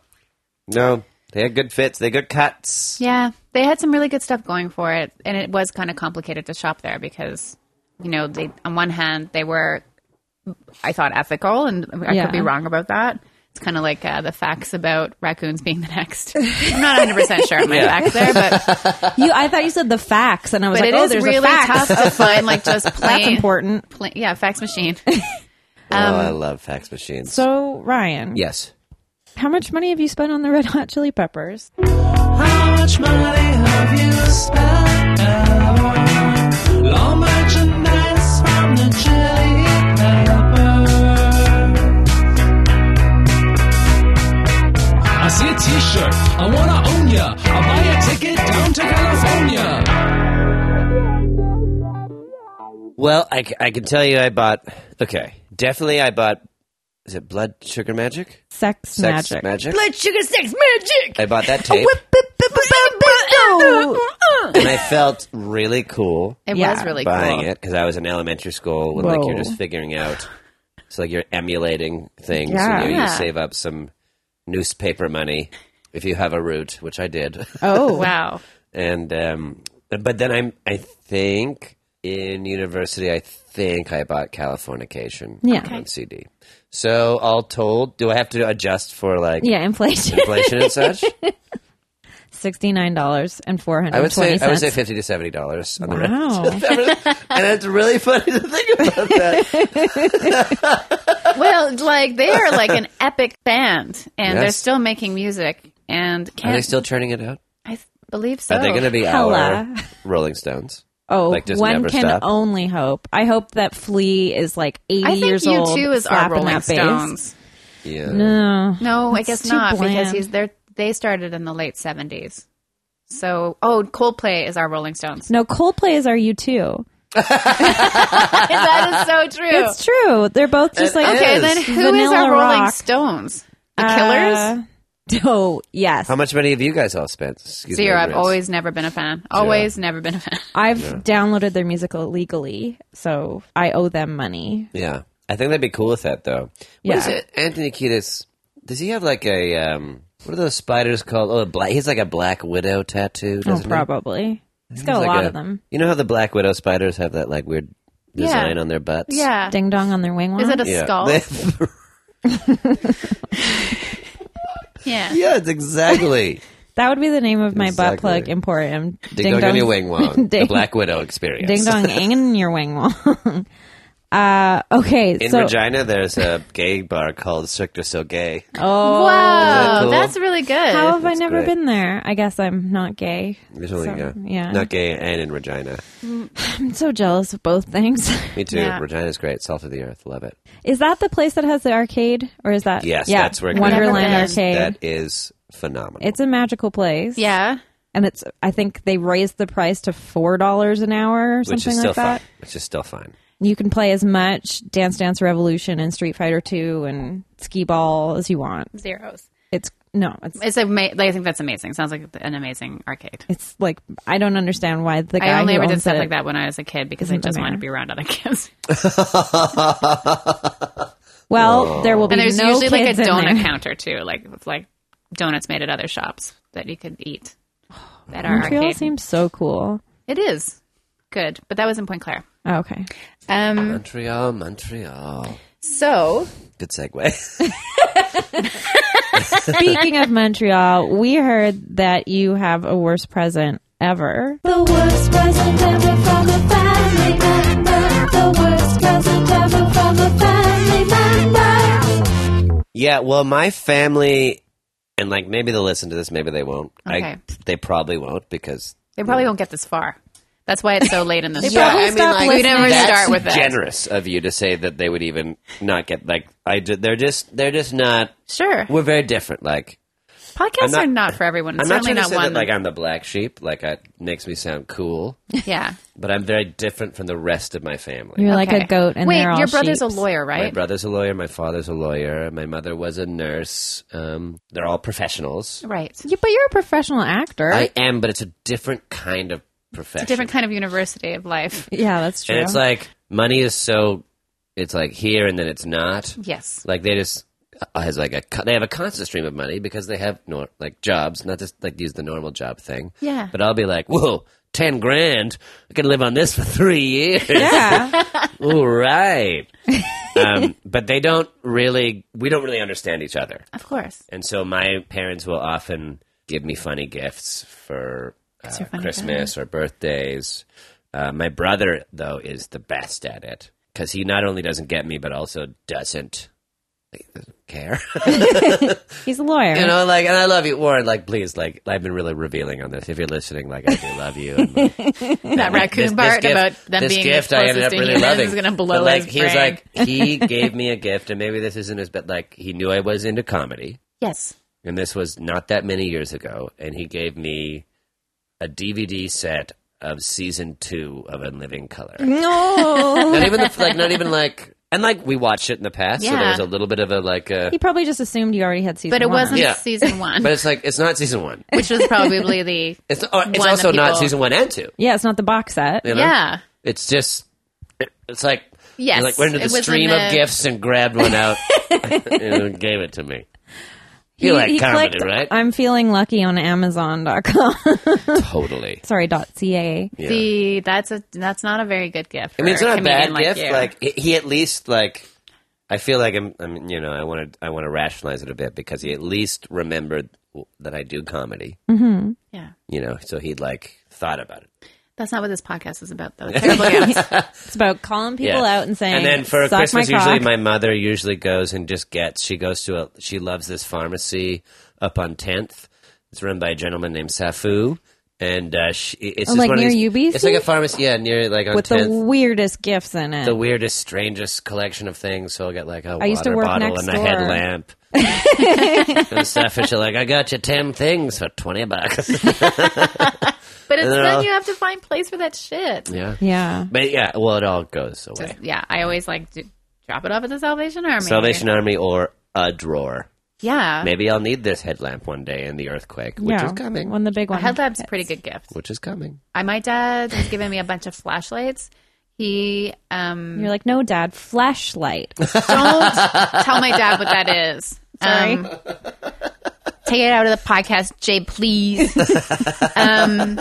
C: No, they had good fits. They had good cuts.
A: Yeah, they had some really good stuff going for it, and it was kind of complicated to shop there because, you know, they on one hand they were, I thought ethical, and I
B: Yeah.
A: could be wrong about that. It's kind of like uh, the facts about raccoons being the next. I'm not 100 percent sure on my facts there, but
B: You, I thought you said the facts, and I was
A: but
B: like,
A: it
B: oh,
A: is
B: there's a
A: really
B: fax.
A: tough to find like just plain,
B: That's important.
A: plain- yeah, fax machine.
C: oh, I love fax machines.
B: Um, So Ryan,
C: yes.
B: how much money have you spent on the Red Hot Chili Peppers?
D: How much money have you spent? All merchandise from the Chili Peppers. I see a T-shirt. I wanna own ya. I'll buy a ticket down to California.
C: Well, I, c- I can tell you I bought, okay, definitely I bought, is it Blood Sugar Magic?
B: Sex,
C: Sex
B: magic.
C: Magic?
B: Blood sugar sex magic.
C: I bought that tape and I felt really cool
A: It
B: Yeah.
A: was really
C: buying
A: cool.
C: it because I was in elementary school when like you're
B: Whoa.
C: just figuring out, so like you're emulating things
B: Yeah.
C: and you, you
A: Yeah.
C: save up some newspaper money if you have a route, which I did.
B: Oh
A: Wow.
C: and um, but then I'm I think in university I think I bought Californication
B: Yeah.
C: on CD. So all told, do I have to adjust for like
B: Yeah, inflation.
C: inflation and such?
B: Sixty nine dollars and four hundred.
C: I would say I would say fifty to seventy dollars on the rent.
B: Wow.
C: and it's really funny to think about that.
A: Well, like they are like an epic band, and they're
C: Yes.
A: still making music. And
C: Are
A: can't
C: they still churning it out?
A: I th- believe so.
C: Are they going to be our
B: Oh, Hella.
C: Rolling Stones?
B: Oh,
C: Like, just
B: one
C: never
B: can
C: stop?
B: only hope. I hope that Flea is like eighty
A: I think
B: years
A: you
B: old.
A: too is our
B: slapping
A: Rolling
B: that bass.
A: Stones.
C: Yeah.
B: No.
A: No, I
B: It's
A: guess
B: too
A: not because
B: bland.
A: he's there. They started in the late seventies. So, oh, Coldplay is our Rolling Stones.
B: No, Coldplay is our U two.
A: that is so true.
B: It's true. They're both just
C: It
B: like
C: is.
A: okay, then who is our
B: Vanilla
A: Rolling
B: Rock.
A: Stones? The
B: Uh, oh yes,
C: How much money have you guys all spent?
A: Killers?
C: Excuse
A: Zero.
C: my
A: I've
C: ignorance.
A: always never been a fan. Always never been a fan.
B: I've downloaded their music illegally, so I owe them money.
C: Yeah, I think that'd be cool with that though. What is
B: Yeah.
C: it? Anthony Kiedis? Does he have like a um, what are those spiders called? Oh, a black. He's like a black widow tattoo.
B: Oh,
C: Doesn't he?
B: probably. He's got a
C: He's like
B: lot of them.
C: You know how the black widow spiders have that like weird design on their butts?
A: Yeah.
B: Ding dong on their wing.
A: Is it
B: one.
A: a
C: Yeah.
A: skull?
C: They-
A: Yeah.
C: Yes, exactly.
B: That would be the name of my butt
C: Exactly.
B: plug emporium.
C: Ding, dong, on your wing wong. the
B: Ding-
C: Black Widow experience.
B: Ding dong, in your wing wong. Uh, okay,
C: In
B: so
C: Regina, there's a gay bar called Cirque du Soleil.
B: oh,
A: Wow,
C: cool?
A: that's really good.
B: how Oh, have I
C: That's
B: never
C: great.
B: been there? I guess I'm not gay.
C: There's only
B: So,
C: uh,
B: yeah.
C: not gay and in Regina.
B: I'm so jealous of both things.
C: Me too.
A: Yeah.
C: Regina's great. Salt of the earth. Love it.
B: Is that the place that has the arcade, or is that
C: Yes,
B: yeah,
C: that's where it
B: Wonderland
A: comes from.
B: Arcade?
C: That is phenomenal.
B: it's a magical place.
A: yeah.
B: and it's I think they raised the price to four dollars an hour or something
C: which is
B: like
C: still
B: that.
C: fine. Which is still fine.
B: You can play as much Dance Dance Revolution and Street Fighter Two and Skee Ball as you want.
A: Zeros.
B: It's no, it's
A: It's ama- like, I think that's amazing. Sounds like an amazing arcade.
B: it's like I don't understand why the guy
A: I only
B: who
A: ever did
B: owns
A: stuff
B: it-
A: like that when I was a kid because I
B: Isn't the
A: just wanted to
B: mayor?
A: be around other kids.
B: Well, there will be
A: And there's
B: no
A: usually like
B: kids
A: a
B: in
A: donut
B: there.
A: counter too, like with, like donuts made at other shops that you could eat. That are
B: Montreal
A: arcade.
B: seems so cool.
A: it is good, but that was in Point Claire.
B: Oh, okay,
A: Um,
C: Montreal, Montreal.
A: so
C: Good segue.
B: Speaking of Montreal, we heard that you have a worst present ever.
E: The worst present ever from a family member. The worst present ever from a family member.
C: yeah, well, my family, and like maybe they'll listen to this, maybe they won't.
A: Okay.
C: I, they probably won't because
A: they probably won't get this far. That's why it's so late in the show.
C: Yeah,
B: probably
C: I mean,
B: stop
C: like,
A: we never
C: that's
A: start with that.
C: generous of you to say that they would even not get like I. ju- They're just they're just not.
A: Sure,
C: We're very different. Like I'm
A: podcasts
C: not-
A: are not for everyone.
C: I'm not
A: Certainly
C: trying to
A: not,
C: say
A: one.
C: that like I'm the black sheep. Like it makes me sound cool,
A: yeah,
C: but I'm very different from the rest of my family.
B: You're like
A: Okay.
B: a goat, and
A: wait,
B: they're all
A: your brother's
B: sheeps.
A: a lawyer,
C: My
A: right?
C: brother's a lawyer. My father's a lawyer. My mother was a nurse. Um, they're all professionals.
A: right.
B: Yeah, but you're a professional actor.
C: I am, but it's a different kind of profession.
A: Different kind of university of life.
B: yeah, that's true.
C: and it's like money is so. It's like here and then it's not.
A: Yes.
C: like they just uh, has like a co- they have a constant stream of money because they have nor- like jobs, not just like use the normal job thing.
A: Yeah.
C: But I'll be like, whoa, ten grand! I can live on this for three years.
B: yeah,
C: All right. um, but they don't really. We don't really understand each other,
A: Of course.
C: and so my parents will often give me funny gifts for uh,
A: you're funny
C: Christmas or birthdays. Uh, my brother, though, is the best at it because he not only doesn't get me, but also doesn't care.
B: he's a lawyer.
C: You know, like, and I love you, Warren. Like, please, like, I've been really revealing on this. If you're listening, like, I do love you. And, like,
A: That raccoon
C: this, this
A: part
C: gift-
A: about them
C: this
A: being
C: gift
A: the
C: I
A: closest
C: ended up
A: to
C: really
A: humans
C: loving.
A: is going to blow
C: but, like,
A: his
C: he was
A: brain.
C: like, he gave me a gift, and maybe this isn't his, but like, he knew I was into comedy,
A: yes.
C: and this was not that many years ago, and he gave me a DVD set of season two of In Living Color.
B: no,
C: not even the, like, not even like, and like, we watched it in the past, so there
A: Yeah.
C: was a little bit of a like, uh,
B: he probably just assumed you already had season.
A: But it
B: one.
A: wasn't
C: Yeah.
A: season one,
C: but it's like, it's not season one.
A: which was probably the
C: It's, or, it's
A: One that
C: also not
A: people-
C: season one and two.
B: Yeah, it's not the box set.
C: You know?
A: yeah.
C: It's just, it- it's like,
A: Yes,
C: like went
A: it
C: into
A: was
C: the
A: in
C: stream of
A: the-
C: gifts and grabbed one out and gave it to me. You like comedy,
B: clicked,
C: right?
B: I'm feeling lucky on Amazon.com.
C: totally.
B: Sorry, dot .ca.
C: Yeah.
A: The that's a that's not a very good gift.
C: I mean, it's
A: for
C: not a
A: comedian
C: bad gift.
A: you.
C: Like he- he at least like, I feel like I'm. I mean, you know, I want to. I want to rationalize it a bit because he at least remembered w- that I do comedy.
A: yeah,
C: You know, so he like thought about it.
A: that's not what this podcast is about, though. Terrible gifts.
B: It's about calling people out and saying,
C: And then for
B: Suck
C: Christmas,
B: my cock."
C: usually my mother usually goes and just gets. She goes to a. She loves this pharmacy up on Tenth. It's run by a gentleman named Safu, and uh, she, it's
B: Oh,
C: just
B: like
C: one
B: near
C: of these,
B: UBC?
C: It's like a pharmacy, yeah, near like on
B: with the
C: Tenth.
B: weirdest gifts in it.
C: the weirdest, strangest collection of things. So I'll get like a water
B: used to work
C: bottle
B: next
C: and a
B: door.
C: headlamp and stuff. And she's like, "I got you ten things for twenty bucks."
A: But it's
C: No.
A: then you have to find place for that shit.
C: yeah,
B: yeah.
C: but yeah, well, it all goes away.
A: Just- yeah, I always like do, drop it off at the Salvation Army.
C: Salvation Army or a drawer.
A: Yeah,
C: Maybe I'll need this headlamp one day in the earthquake, which
B: yeah.
C: is coming.
B: When the big one.
A: Headlamp's a pretty good gift.
C: Which is coming.
A: I my dad has given me a bunch of flashlights. He um
B: You're like, no, dad, flashlight.
A: don't tell my dad what that is.
B: Sorry.
A: Um, take it out of the podcast, Jay, please. um,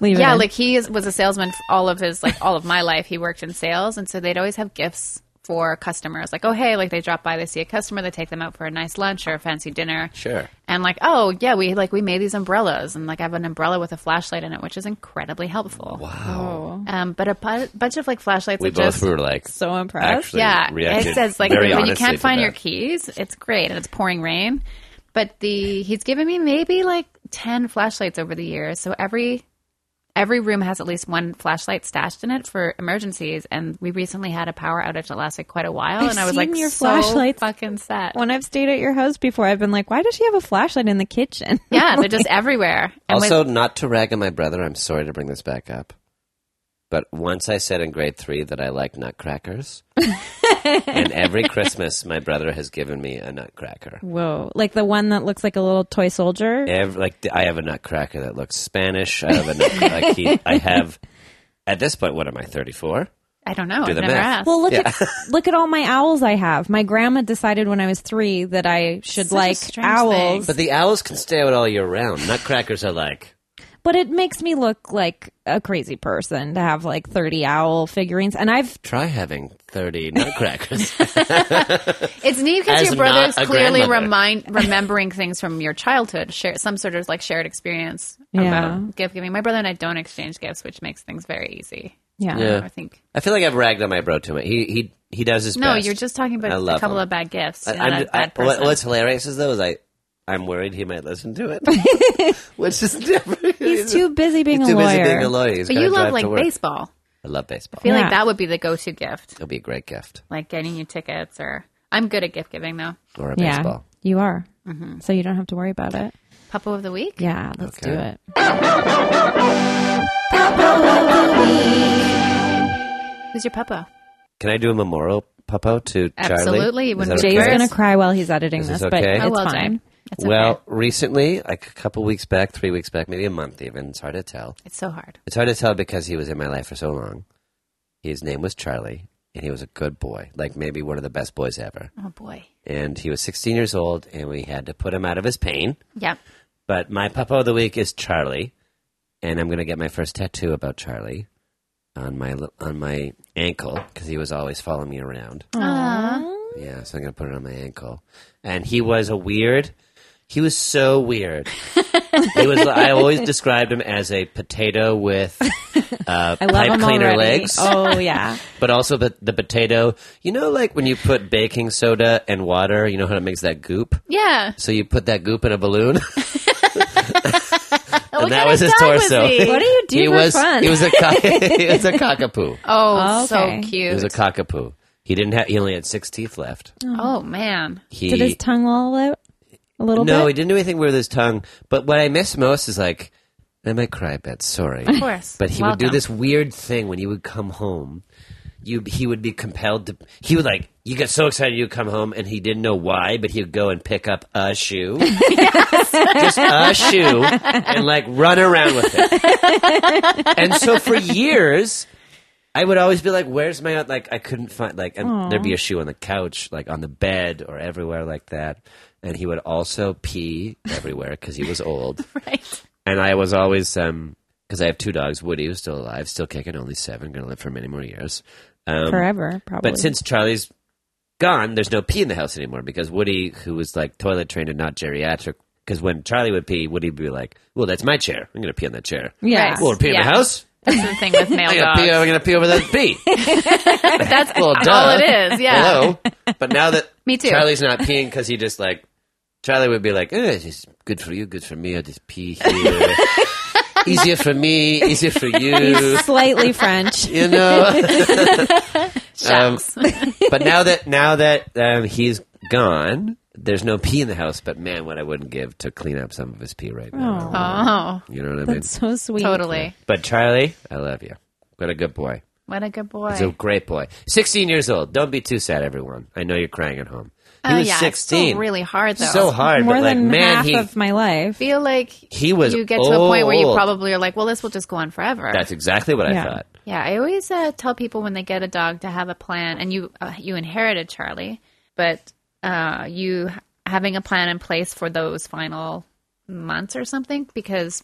B: Leave it
A: yeah,
B: in.
A: like he is, was a salesman for all of his like all of my life. He worked in sales, and so they'd always have gifts for customers. Like, oh, hey, like they drop by, they see a customer, they take them out for a nice lunch or a fancy dinner.
C: Sure.
A: And like, oh, yeah, we like we made these umbrellas and like I have an umbrella with a flashlight in it, which is incredibly helpful.
B: Oh,
A: Um, but a bu- bunch of like flashlights
C: We
A: that
C: both
A: just
C: were like,
B: so impressed.
C: actually,
A: yeah,
C: reacted
A: it says like
C: very
A: when you
C: honestly
A: can't
C: to
A: find
C: that.
A: your keys, it's great and it's pouring rain. But the he's given me maybe like ten flashlights over the years, so every every room has at least one flashlight stashed in it for emergencies. And we recently had a power outage that lasted quite a while,
B: I've
A: and I was
B: seen
A: like,
B: your
A: so
B: flashlights.
A: fucking sad.
B: When I've stayed at your house before, I've been like, why does she have a flashlight in the kitchen?
A: Yeah, they're just everywhere. And with-
C: Also, not to rag on my brother, I'm sorry to bring this back up. But once I said in grade three that I like nutcrackers. and every Christmas, my brother has given me a nutcracker.
B: Whoa. Like the one that looks like a little toy soldier.
C: Every, like I have a nutcracker that looks Spanish. I have a nutcracker. I, keep, I have, at this point, what am I, 34?
A: I don't know.
C: Do
A: I've
C: the
A: never
C: math.
A: asked.
B: Well, look at look at all my owls I have. My grandma decided when I was three that I should
A: Such a
B: like
A: strange
B: owls,
C: But the owls can stay out all year round. Nutcrackers are like,
B: but it makes me look like a crazy person to have like thirty owl figurines. And I've
C: try having 30 nutcrackers.
A: It's neat because
C: As
A: your brother's
C: not a
A: clearly
C: grandmother.
A: remind remembering things from your childhood, share some sort of like shared experience
B: Yeah.
A: about gift giving. My brother and I don't exchange gifts, which makes things very easy.
B: yeah.
C: Yeah.
A: I think.
C: I feel like I've ragged on my bro too much. He, he, he does his
A: No,
C: best.
A: you're just talking
C: I
A: about
C: love
A: a couple
C: him.
A: of bad gifts.
C: I-
A: and
C: I'm
A: a
C: ju-
A: bad
C: I- what-
A: person.
C: what's hilarious is though is I, I'm worried he might listen to it, which is never.
B: He's too busy being
C: he's
B: a
C: too
B: lawyer.
C: busy being a lawyer. He's
A: but
C: gotta
A: you love
C: drive
A: like
C: to work.
A: baseball.
C: I love baseball.
A: I feel
B: Yeah.
A: like that would be the go-to gift,
C: It'll be a great gift
A: like getting you tickets or. I'm good at gift giving though.
C: or a
B: yeah,
C: baseball.
B: you are.
A: Mm-hmm.
B: So you don't have to worry about it.
A: Puppo of the week.
B: Yeah, let's
C: Okay.
B: do it.
A: Who's your Puppo?
C: Can I do a memorial puppo to
A: Absolutely.
C: Charlie? Is
A: When
C: that
A: Jay's
B: Jay's
C: okay?
B: gonna cry while he's editing
C: Is
B: this,
C: this
B: but
C: okay?
B: it's
C: Oh,
A: well, Jay.
B: fine.
A: It's okay.
C: Well, recently, like a couple weeks back, three weeks back, maybe a month even. It's hard to tell.
A: it's so hard.
C: It's hard to tell because he was in my life for so long. His name was Charlie, and he was a good boy, like maybe one of the best boys ever.
A: Oh boy.
C: And he was 16 years old, and we had to put him out of his pain.
A: Yep.
C: But my papa of the week is Charlie, and I'm gonna get my first tattoo about Charlie on my li- on my ankle because he was always following me around. Yeah, so I'm gonna put it on my ankle. And he was a weird. He was so weird. he was. I always described him as a potato with uh,
B: I love
C: pipe
B: him
C: cleaner
B: already.
C: legs,
B: Oh yeah.
C: but also the the potato. You know, like when you put baking soda and water, you know how it makes that goop.
A: Yeah.
C: So you put that goop in a balloon.
A: What
C: and that
A: kind
C: was
A: of
C: his
A: dog was
C: torso.
A: he?
B: what do you do
C: he
B: for
C: was
B: fun?
C: he was a co- he was a cockapoo.
A: Oh,
B: Okay.
A: so
C: He was
A: cute.
C: a cockapoo. He didn't have. He only had six teeth left.
A: oh man.
C: He
B: Did his tongue loll out a little
C: no, he
B: bit?
C: didn't do anything weird with his tongue. But what I miss most is like I might cry a bit. Sorry,
A: Of course.
C: but he would do
A: Welcome.
C: this weird thing when he would come home. You he would be compelled to. He would like you got so excited you would come home and he didn't know why, but he would go and pick up a shoe, just a shoe, and like run around with it. and so for years. I would always be like, "Where's my like?" I couldn't find like, and there'd be a shoe on the couch, like on the bed, or everywhere like that. And he would also pee everywhere because he was old.
A: Right.
C: And I was always um because I have two dogs. Woody, who's still alive, still kicking, only seven, going to live for many more years. Um,
B: Forever, probably.
C: But since Charlie's gone, there's no pee in the house anymore because Woody, who was like toilet trained and not geriatric, because when Charlie would pee, Woody would be like, "Well, that's my chair. I'm going to pee on that chair.
B: yeah.
A: Right.
C: Well, pee in
A: Yeah. Oh,
C: the house.
A: That's the thing with male
C: I'm going to pee.
A: dogs.
C: I'm going to pee over that pee.
A: That's
C: Well,
A: all
C: duh.
A: it is. Yeah.
C: Hello. But now that
A: Me too.
C: Charlie's not peeing because he just like Charlie would be like, eh, it's good for you, good for me. I just pee here. easier for me, easier for you.
B: Slightly French.
C: You know. um,
A: Shucks.
C: but now that now that um, he's gone, there's no pee in the house. But man, what I wouldn't give to clean up some of his pee right now.
A: oh,
C: You know what I mean?
B: That's so sweet.
A: totally.
C: But Charlie, I love you. What a good boy.
A: What a good boy.
C: He's a great boy. 16 years old. Don't be too sad, everyone. I know you're crying at home. He
A: oh
C: was
A: yeah, it's
C: 16.
A: still really hard though.
C: so hard,
B: More
C: but like,
B: than
C: man,
B: half
C: he,
B: of my life.
A: I feel like
C: he was
A: you get to a point where you
C: old.
A: probably are like, well, this will just go on forever.
C: That's exactly what
B: Yeah.
C: I thought.
A: yeah, I always uh, tell people when they get a dog to have a plan, and you uh, you inherited Charlie, but uh, you having a plan in place for those final months or something because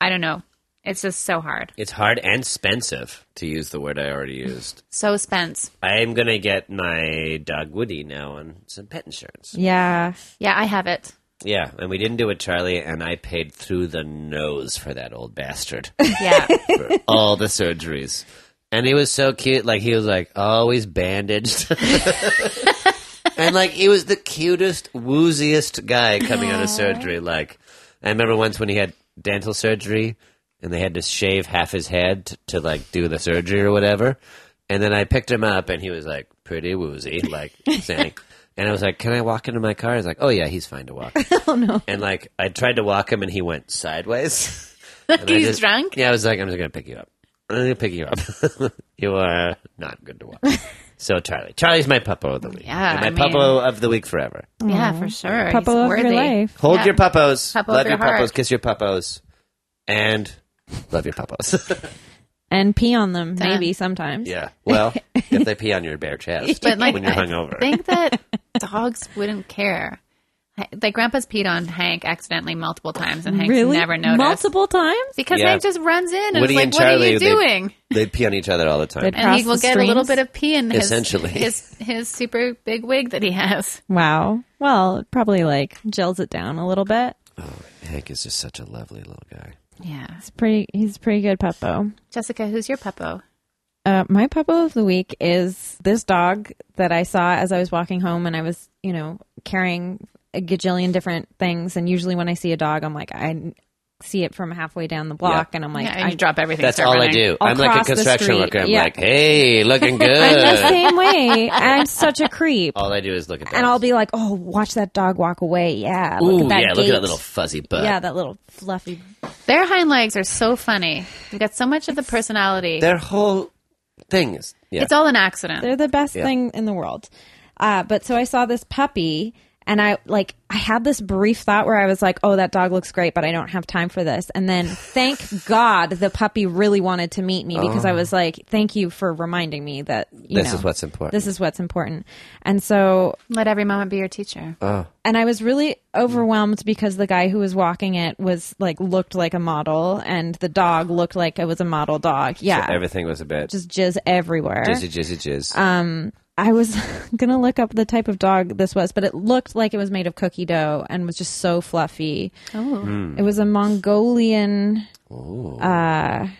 A: I don't know. It's just so hard.
C: It's hard and expensive to use the word I already used.
A: So Spence.
C: I'm gonna get my dog Woody now on some pet insurance.
B: Yeah.
A: Yeah, I have it.
C: Yeah, and we didn't do it, Charlie, and I paid through the nose for that old bastard.
A: Yeah.
C: for all the surgeries. And he was so cute. Like, he was like always bandaged. and like, he was the cutest, wooziest guy coming out of surgery. Like, I remember once when he had dental surgery and they had to shave half his head t- to like do the surgery or whatever. And then I picked him up and he was like pretty woozy, like saying, and I was like, can I walk into my car? He's like, oh yeah, he's fine to walk. oh no. And like, I tried to walk him and he went sideways. And I
A: He's
C: just-
A: drunk?
C: Yeah, I was like, I'm just gonna pick you up. I'm gonna pick you up. you are not good to watch. so Charlie, Charlie's my puppo of the week.
A: Yeah,
C: And my
A: I mean-
C: puppo of the week forever.
A: yeah, for sure. He's
B: Puppo of your
A: worthy.
B: life.
C: Hold
A: Yeah.
C: your puppos.
A: Puppo of
C: love
A: your
C: your
A: heart.
C: puppos. Kiss your puppos, and love your puppos.
B: And pee on them,
A: Done.
B: maybe sometimes.
C: yeah. Well, if they pee on your bare chest
A: But, like,
C: when you're
A: I
C: hungover,
A: think that dogs wouldn't care. I- Like Grandpa's peed on Hank accidentally multiple times, and Hank's
B: Really?
A: never noticed
B: Multiple times?
A: because
C: Yeah.
A: Hank just runs in and
C: Woody
A: is like,
C: and
A: "What are
C: Charlie,
A: you
C: they-
A: doing?"
C: they pee on each other all the time.
B: They'd-
A: and he
B: Cross
A: will
B: the
A: get a little
B: streams?
A: bit of pee in his,
C: Essentially.
A: his his super big wig that he has.
B: Wow. Well, it probably like gels it down a little bit.
C: Hank is just such a lovely little guy.
A: Yeah,
B: It's pretty he's a pretty good puppo.
A: Jessica, who's your puppo?
B: Uh, my puppo of the week is this dog that I saw as I was walking home, and I was, you know, carrying a gajillion different things. And usually, when I see a dog, I'm like, I see it from halfway down the block, and I'm like,
A: yeah, and
B: I
A: you drop everything.
C: That's
A: start
C: all I
A: running.
C: do.
B: I'll
C: i am like a
B: cross the
C: construction
B: street.
C: worker. I'm
B: Yeah.
C: like, hey, looking
B: I'm the
C: good.
B: same way. I'm such a creep,
C: all I do is look at.
B: and
C: dogs.
B: I'll be like, oh, watch that dog walk away. Yeah, look
C: Ooh,
B: at that
C: yeah, look at
B: gait.
C: that little fuzzy butt.
B: yeah, that little fluffy.
A: Their hind legs are so funny. They've got so much of the personality.
C: Their whole thing is yeah.
A: It's all an accident.
B: They're the best
C: Yeah.
B: thing in the world. Uh, but so I saw this puppy and I like I had this brief thought where I was like, "Oh, that dog looks great, but I don't have time for this." And then thank God the puppy really wanted to meet me because I was like, "Thank you for reminding me that you
C: Uh-huh. This
B: know,
C: is what's important.
B: This is what's important." And so
A: Let every moment be your teacher.
C: Uh,
B: and I was really overwhelmed because the guy who was walking it was like looked like a model and the dog looked like it was a model dog. Yeah.
C: Everything was a bit
B: just jizz everywhere.
C: jizzy, jizzy, jizz.
A: Uh,
B: I was gonna look up the type of dog this was, but it looked like it was made of cookie dough and was just so fluffy.
A: oh,
C: Hmm.
B: It was a Mongolian, uh,
C: Ooh.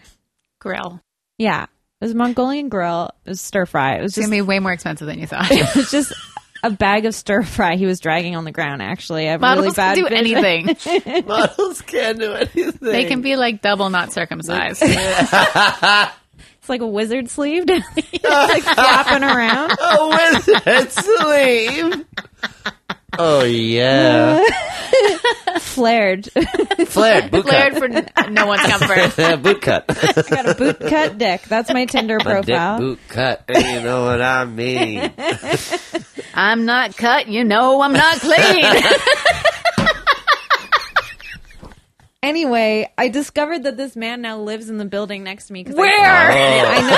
A: grill.
B: yeah, it was a Mongolian grill. It was stir fry. It was
A: It's
B: just,
A: gonna be way more expensive than you thought.
B: it was just a bag of stir fry he was dragging on the ground. Actually, I have
A: Models
B: really bad
A: can do
B: vision.
A: anything.
C: Models can do anything.
A: they can be like double not circumcised.
B: It's like a wizard sleeve, down there. It's like flopping around.
C: oh, with that sleeve. Oh yeah,
B: Flared,
C: flared boot
A: Flared
C: cut.
A: for no one's comfort.
C: Yeah, boot cut.
B: got a boot cut dick. That's my Tinder
C: Dick
B: profile.
C: boot cut. You know what I mean.
A: I'm not cut. You know I'm not clean.
B: Anyway, I discovered that this man now lives in the building next to me. 'cause I-
C: Oh.
A: Where?
B: I know.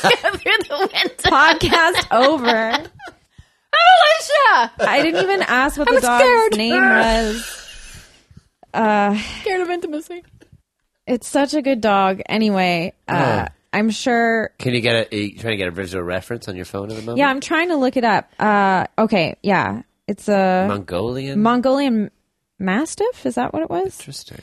A: Through the window.
B: podcast over.
A: Alicia!
B: I didn't even ask what the dog's
A: scared.
B: name was.
A: Scared of intimacy.
B: It's such a good dog. Anyway, uh,
C: Oh.
B: I'm sure.
C: Can you get a? Are you trying to get a visual reference on your phone at the moment?
B: Yeah, I'm trying to look it up. Uh, okay, yeah, it's a
C: Mongolian.
B: Mongolian Mastiff. Is that what it was?
C: Interesting.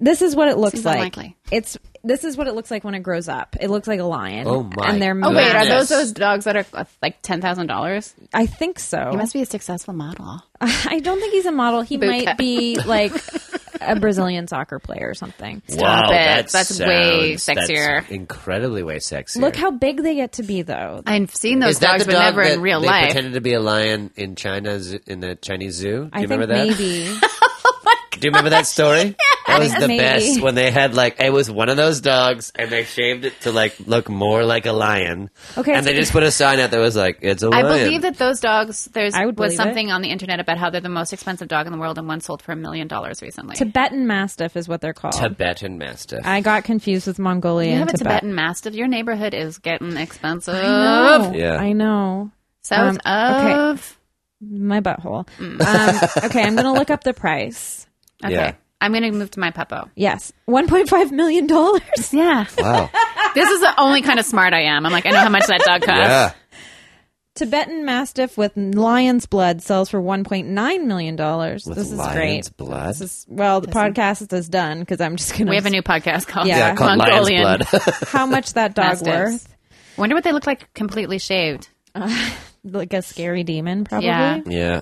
B: This is what it looks
A: Seems
B: like.
A: unlikely.
B: It's this is what it looks like when it grows up. It looks like a lion.
C: Oh my
B: And they're
A: Oh, wait, are
C: Yes.
A: those those dogs that are uh, like $10,000?
B: I think so.
A: He must be a successful model.
B: I don't think he's a model. He
A: Boot
B: might
A: cut.
B: be like a Brazilian soccer player or something.
A: Stop it. That's way
C: sounds-
A: sexier.
C: incredibly way sexier.
B: Look how big they get to be, though.
A: I've seen those
C: Is that
A: dogs,
C: the
A: but
C: dog
A: never
C: that
A: in real
C: they
A: life.
C: pretended to be a lion in China zoo- in the Chinese zoo. Do you
B: I think
C: remember that?
B: maybe.
C: Do you remember that story? That was the
B: Maybe.
C: best when they had like it was one of those dogs and they shaved it to like look more like a lion.
B: Okay,
C: and
B: so-
C: they just put a sign out that was like it's a
A: I
C: lion.
A: believe that those dogs. There's
B: I would
A: was
B: believe it.
A: something on the internet about how they're the most expensive dog in the world, and one sold for a million dollars recently.
B: Tibetan Mastiff is what they're called.
C: Tibetan Mastiff.
B: I got confused with Mongolian.
A: you have a
B: Tibet.
A: Tibetan Mastiff. Your neighborhood is getting expensive.
B: Oh,
C: Yeah.
B: I know.
A: South
B: Um, okay.
A: of Mm.
B: My butthole. Um, okay, I'm going to look up the price.
A: okay.
C: Yeah.
A: I'm going to move to my puppo.
B: Yes, one point five million dollars.
A: Yeah.
C: Wow.
A: This is the only kind of smart I am. I'm like, I know how much that dog costs.
C: yeah.
B: Tibetan Mastiff with lion's blood sells for one point nine million dollars.
C: With
B: This is
C: lion's
B: great.
C: blood.
B: This is well, the podcast is done because I'm just gonna.
A: We have a new podcast called
B: Yeah.
C: yeah, called lion's
A: Mongolian.
C: blood.
B: how much that dog
A: Mastiffs.
B: worth?
A: Wonder what they look like completely shaved.
B: Like a scary demon, probably.
A: Yeah.
B: Uh,
C: yeah.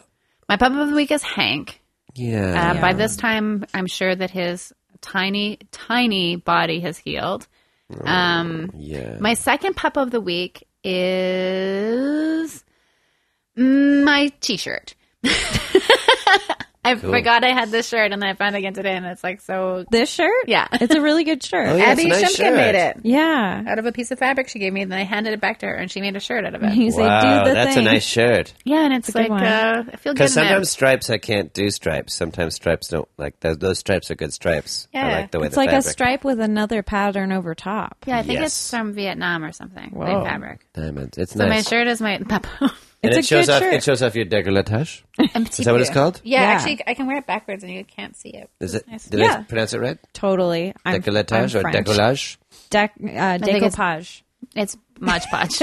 A: My pup of the week is Hank. Uh,
C: Yeah.
A: By this time, I'm sure that his tiny, tiny body has healed. Um,
C: yeah.
A: My second pup of the week is my t-shirt. I forgot I had this shirt, and I found it again today, and it's like so.
B: This shirt?
A: Yeah.
B: It's a really good shirt.
C: Oh, yeah, it's
A: Abby
C: a nice
A: Shimkin
C: shirt.
A: made it
B: Yeah.
A: out of a piece of fabric she gave me, and then I handed it back to her, and she made a shirt out of it.
B: You say,
C: Wow,
B: do the
C: that's
B: thing.
C: a nice shirt.
A: Yeah, and it's,
B: a
A: like
B: good one.
A: uh, I feel good.
C: Because
A: in that.
C: sometimes stripes I can't do stripes. Sometimes stripes don't like those. Those stripes are good stripes. I
A: Yeah.
C: like the way
B: It's
C: the
B: like a
C: fabric.
B: stripe with another pattern over top.
A: yeah, I think
C: Yes.
A: it's from Vietnam or something.
B: Whoa.
A: Like fabric.
C: diamonds. It's
A: So
C: nice.
A: my shirt is my papa.
C: and
B: It's
C: it
B: a
C: shows
B: good
C: off.
B: shirt.
C: It shows off your décolletage. Is that what it's called?
A: Yeah,
B: Yeah.
A: actually, I can wear it backwards, and you can't see it.
C: Is it? Did I
B: Yeah.
C: pronounce it right?
B: Totally. I'm, I'm
C: Décolletage or
B: French.
C: décollage?
B: Dec- uh,
A: think it's-
B: decoupage.
A: It's Mod Podge.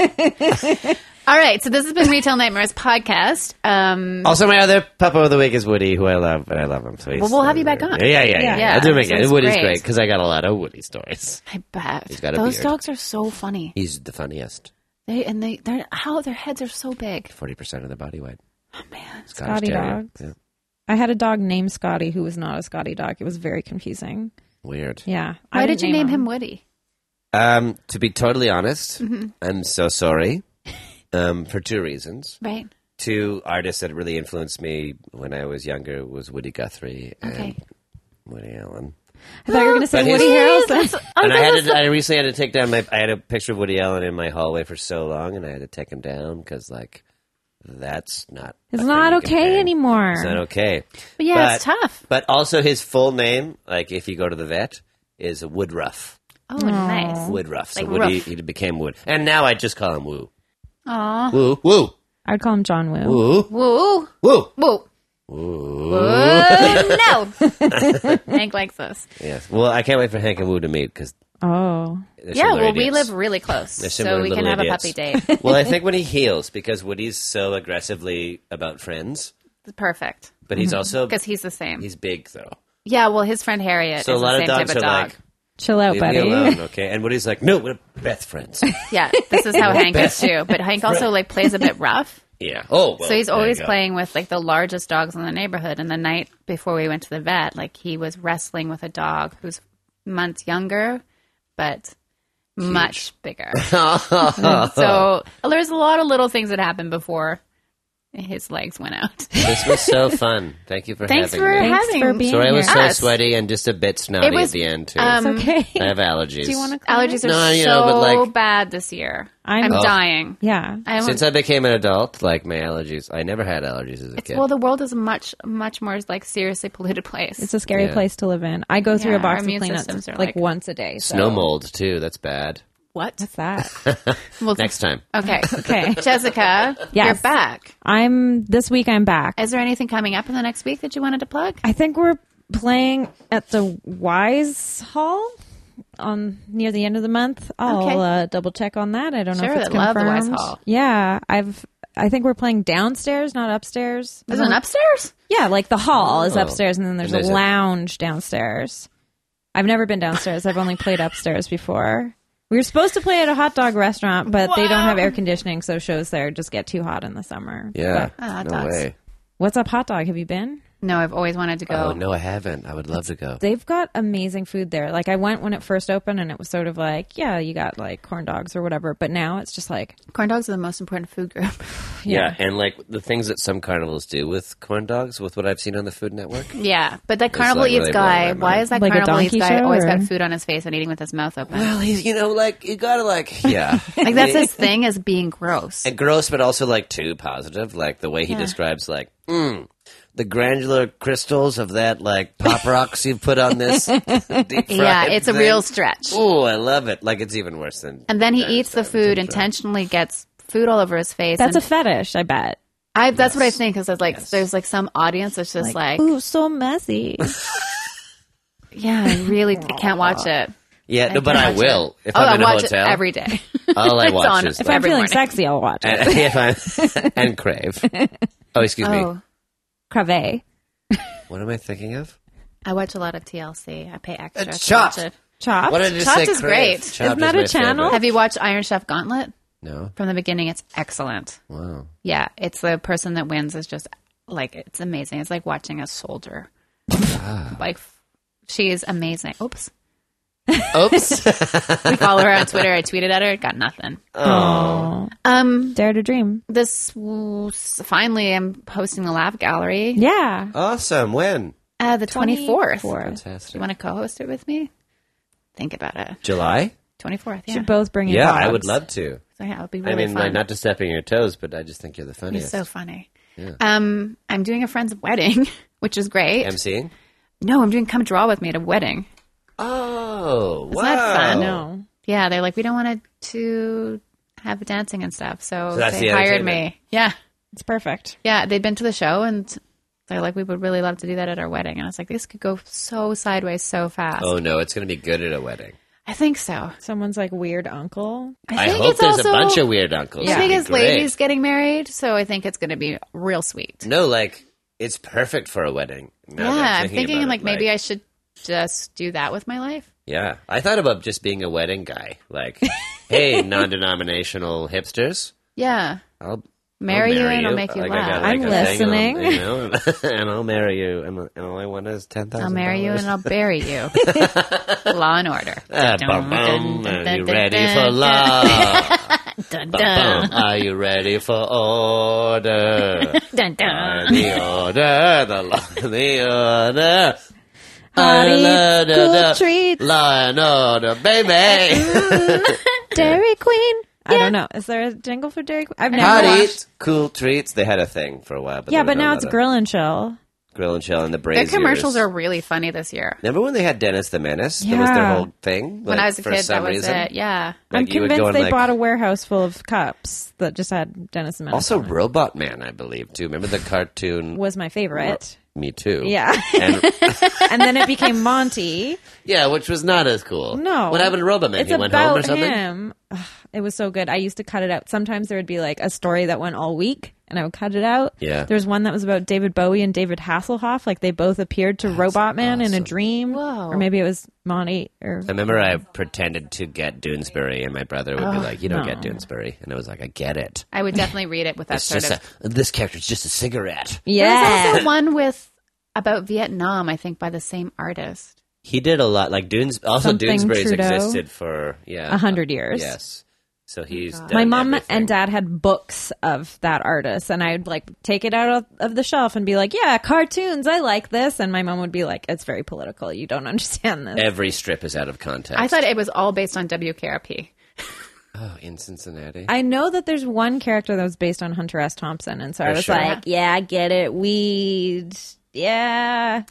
A: All right, so this has been Retail Nightmares podcast. Um,
C: Also, my other papa of the week is Woody, who I love, and I love him. So he's- uh,
A: Well, we'll have you back on.
C: Yeah, yeah, yeah.
B: Yeah.
C: yeah. I'll do him
A: So
C: again.
A: it's
C: Woody's
A: great.
C: great because I got a lot of Woody stories.
A: I bet
C: got a
A: those
C: beard.
A: dogs are so funny.
C: He's the funniest.
A: They and they they're how their heads are so big.
C: Forty percent of the body weight.
A: Oh man,
C: Scottish
B: Scotty
C: Terrier.
B: dogs.
C: Yeah.
B: I had a dog named Scotty who was not a Scotty dog. It was very confusing.
C: Weird.
B: Yeah. I
A: why did
B: didn't
A: you name him
B: him?
A: Woody?
C: Um, to be totally honest, I'm so sorry. Um, for two reasons.
A: Right.
C: Two artists that really influenced me when I was younger was Woody Guthrie and
A: Okay.
C: Woody Allen.
B: I thought you were going to
C: But
B: say
C: his-
B: Woody Harrelson.
A: Oh,
C: and I had to, I recently had to take down my. I had a picture of Woody Allen in my hallway for so long, and I had to take him down because like that's not. a
B: It's
C: thing
B: not
C: you can
B: okay
C: do.
B: anymore.
C: It's not okay.
A: But yeah, it's tough.
C: But also his full name, like if you go to the vet, is Woodruff.
A: Oh, nice.
C: Woodruff. So
A: Like
C: Woody
A: Ruff.
C: he became Wood, and now I just call him Woo.
A: Aw.
C: Woo woo
B: I'd call him John Woo.
C: woo
A: Woo.
C: woo.
A: Woo. Oh, no. Hank likes us.
C: Yes. Well, I can't wait for Hank and Woo to meet because
B: Oh.
A: yeah, well, we live really close, so
C: similar
A: we can
C: little
A: have
C: idiots.
A: a puppy date.
C: well, I think when he heals, because Woody's so aggressively about friends,
A: Perfect.
C: but he's also
A: Because he's the same.
C: he's big though.
A: yeah, well, his friend Harriet
C: So a
A: is the
C: lot
A: same
C: of
A: type
C: dogs
A: of
C: are
A: dog.
C: like,
B: Chill out,
C: leave me
B: buddy.
C: alone, okay? And Woody's like, no, we're best friends.
A: Yeah, this is how Hank is too. But Hank also like plays a bit rough,
C: yeah. Oh, well,
A: so he's
C: there you
A: always
C: go.
A: playing with like the largest dogs in the neighborhood. And the night before we went to the vet, like he was wrestling with a dog who's months younger, but much bigger. so there's a lot of little things that happened before his legs went out.
C: This was so fun. Thank you for
A: Thanks
C: having
A: for
C: me.
B: Thanks
A: having
B: for being
C: Sorry, I was
B: here.
C: so
A: Us.
C: sweaty and just a bit snotty
A: It was,
C: at the end too.
A: um,
B: It's okay.
C: I have allergies.
B: Do you want to
A: Allergies are
C: No, you
A: so
C: know, but, like-
A: bad this year.
B: I'm-
A: I'm,
B: Oh.
A: dying.
B: Yeah.
A: I'm,
C: Since I became an adult, like my allergies, I never had allergies as a kid.
A: well, the world is a much, much more like seriously polluted place.
B: It's a scary
C: Yeah.
B: place to live in. I go through
A: Yeah,
B: a
A: our
B: box of
A: immune
B: cleanups
A: systems are
B: like,
A: like-
B: once a day. So.
C: Snow mold too. That's bad.
A: what?
B: What's that?
A: Well,
C: Next time.
A: Okay.
B: Okay.
A: Jessica, you're
B: Yes.
A: back.
B: I'm this week I'm back.
A: Is there anything coming up in the next week that you wanted to plug?
B: I think we're playing at the Wise Hall on near the end of the month. I'll
A: Okay.
B: uh, double check on that. I don't know
A: Sure,
B: if it's
A: I love
B: confirmed.
A: the Wise Hall.
B: Yeah, I've I think we're playing downstairs, not upstairs.
A: Is it upstairs?
B: Yeah, like the hall is
C: Oh.
B: upstairs, and then there's,
C: And there's
B: a
C: a-
B: lounge downstairs. I've never been downstairs. I've only played upstairs before. We were supposed to play at a hot dog restaurant, but they don't have air conditioning, so shows there just get too hot in the summer.
C: Yeah.
A: Ah, hot
C: no
A: dogs.
C: way.
B: What's up, hot dog? Have you been?
A: No, I've always wanted to go.
C: Oh no, I haven't. I would love to go.
B: They've got amazing food there. Like I went when it first opened, and it was sort of like, yeah, you got like corn dogs or whatever. But now it's just like,
A: Corn dogs are the most important food group.
C: Yeah. and like the things that some carnivals do with corn dogs, with what I've seen on the Food Network.
A: yeah, but that carnival
C: like,
A: eats
C: really
A: guy.
C: blowing my
A: Why is that
B: Like a
A: carnival eats
B: donkey
A: guy
B: show,
A: always got
B: or-
A: food on his face and eating with his mouth open?
C: Well, he's you know like you gotta like yeah,
A: like that's his thing is being gross.
C: and gross, but also like too positive. Like the way he describes like mm, the granular crystals of that like pop rocks you put on this.
A: Yeah, it's a real stretch.
C: Oh, I love it. Like it's even worse than.
A: And then he eats the food intentionally, gets food all over his face.
B: that's
A: and
B: a fetish, I bet.
A: I, that's what I think because like there's like some audience that's just like,
B: Ooh, so messy.
A: Yeah, I really can't watch it.
C: Yeah, no, but
A: can
C: I
A: watch
C: will. If
A: oh,
C: I'm
A: I
C: in a
A: watch
C: hotel,
A: it every day.
C: all I
A: It's
C: watch
A: on
C: is
B: If
C: like,
B: I'm feeling
A: morning.
B: sexy, I'll watch it.
C: and, if I'm, and crave. Oh, excuse me.
A: oh,
B: Cravet.
C: What am I thinking of?
A: I watch a lot of TLC. I pay extra.
C: It's
A: to watch
C: Chopped.
A: it.
B: Chopped.
C: What did I just
A: Chopped
C: say?
A: is
C: Crave.
A: great.
C: Chopped
B: Isn't that
C: is my
B: a channel?
C: favorite.
A: Have you watched Iron Chef Gauntlet?
C: No.
A: From the beginning, it's excellent.
C: Wow.
A: Yeah, it's the person that wins is just like it's amazing. It's like watching a soldier.
C: Ah.
A: like she is amazing. Oops.
C: Oops.
A: We follow her on Twitter. I tweeted at her. Got nothing.
B: Oh.
A: Um,
B: Dare to dream.
A: this finally, I'm hosting the Laugh Gallery.
B: Yeah.
C: awesome. When?
A: Uh, the twenty fourth. Do
B: Four.
A: you
C: Fantastic.
A: want to co-host it with me? Think about it.
C: July?
A: Twenty fourth. Yeah,
B: Should both bring in
C: Yeah,
B: Bob's.
C: I would love to.
A: so, yeah, it'll be
C: I
A: really
C: mean,
A: fun.
C: like, not to step on your toes, but I just think you're the
A: It's
C: funniest.
A: so funny. Um, I'm doing a friend's wedding, which is great.
C: MCing?
A: no, I'm doing come draw with me at a wedding.
C: Oh, wow.
A: that fun?
B: No.
A: Yeah, they're like, we don't want to to have dancing and stuff. So,
C: So that's
A: they
C: the
A: hired
C: entertainment.
A: me. Yeah.
B: It's perfect.
A: Yeah. They'd been to the show and they're like, we would really love to do that at our wedding. And I was like, this could go so sideways so fast.
C: Oh, no, it's going to be good at a wedding.
A: I think so.
B: Someone's like weird uncle.
C: I,
A: think
C: hope
A: it's
C: there's
A: also-
C: a bunch of weird uncles.
A: I
C: It'd
A: think
C: be
A: his
C: great.
A: lady's getting married. So, I think it's going to be real sweet.
C: No, like, it's perfect for a wedding. now that
A: yeah. I'm
C: about
A: thinking
C: it,
A: like maybe I should just do that with my life.
C: Yeah, I thought about just being a wedding guy. Like, hey, non-denominational hipsters,
A: Yeah.
C: I'll
A: Marry
C: I'll
A: you
C: marry
A: and I'll make you
C: Like, I
A: laugh.
C: got, like,
B: I'm
C: a thing and I'll-
B: listening.
C: you know, and I'll marry you, and, and all I want is ten thousand.
A: I'll marry you and I'll bury you. Law and order.
C: bum, bum.
A: Dun, dun, dun,
C: Eh, Are you ready
A: dun,
C: for
A: dun.
C: love?
A: Dun,
C: Bum,
A: dun.
C: bum. Are you ready for order?
A: Dun,
C: Uh,
A: dun.
C: the order, the law, the order.
B: Honey,
C: Order,
B: cool
C: order,
B: treats.
C: Law and order, baby.
B: Dairy Queen. I don't know. Is there a jingle for Dairy Queen? I've never
C: Hot
B: watched.
C: eats, cool treats. They had a thing for a while, but
B: Yeah,
C: there was
B: but
C: no
B: now it's
C: letter.
B: Grill and Chill.
C: Grill and Chill and the
A: Their
C: Braziers.
A: commercials are really funny this year.
C: Remember when they had Dennis the Menace? That was their
B: Yeah.
C: whole thing.
A: When
C: Like,
A: I was a
C: for
A: kid,
C: some
A: that was
C: reason?
A: it. Yeah.
B: I'm
C: Like, you would go
B: convinced
C: and,
B: they
C: like-
B: bought a warehouse full of cups that just had Dennis and Menace
C: Also,
B: on it.
C: Robot Man, I believe too. Remember the cartoon?
B: was my favorite.
C: Me too.
B: Yeah. and
C: And,
B: then it became Monty.
C: yeah, which was not as cool.
B: No.
C: What happened to Robot Man?
B: It's
C: he
B: about
C: went home or something.
B: him. Ugh, it was so good. I used to cut it out. Sometimes there would be like a story that went all week and I would cut it out.
C: Yeah.
B: There was one that was about David Bowie and David Hasselhoff. Like they both appeared to Robot Man in a dream.
A: Whoa.
B: Or maybe it was Monty or
C: I remember I pretended to get Doonesbury, and my brother would be like, "You don't get Doonesbury," and I was like, "I get it.
A: I would definitely read it with that
C: It's
A: sort
C: just
A: of.
C: a, this character's just a cigarette."
A: There's
B: Yeah.
A: also one with about Vietnam, I think, by the same artist.
C: He did a lot. Like Doones, also
B: Something
C: Doonesbury's
B: Trudeau.
C: existed for yeah
B: A hundred years.
C: Yes, so he's
B: my
C: done
B: mom
C: everything.
B: and dad had books of that artist and i'd like take it out of, of the shelf and be like yeah cartoons i like this and my mom would be like it's very political you don't understand this
C: Every strip is out of context.
A: I thought it was all based on WKRP.
C: oh, in Cincinnati.
B: i know that there's one character that was based on hunter s thompson and so i
C: For
B: was
C: Oh, sure.
B: like yeah i get it weed yeah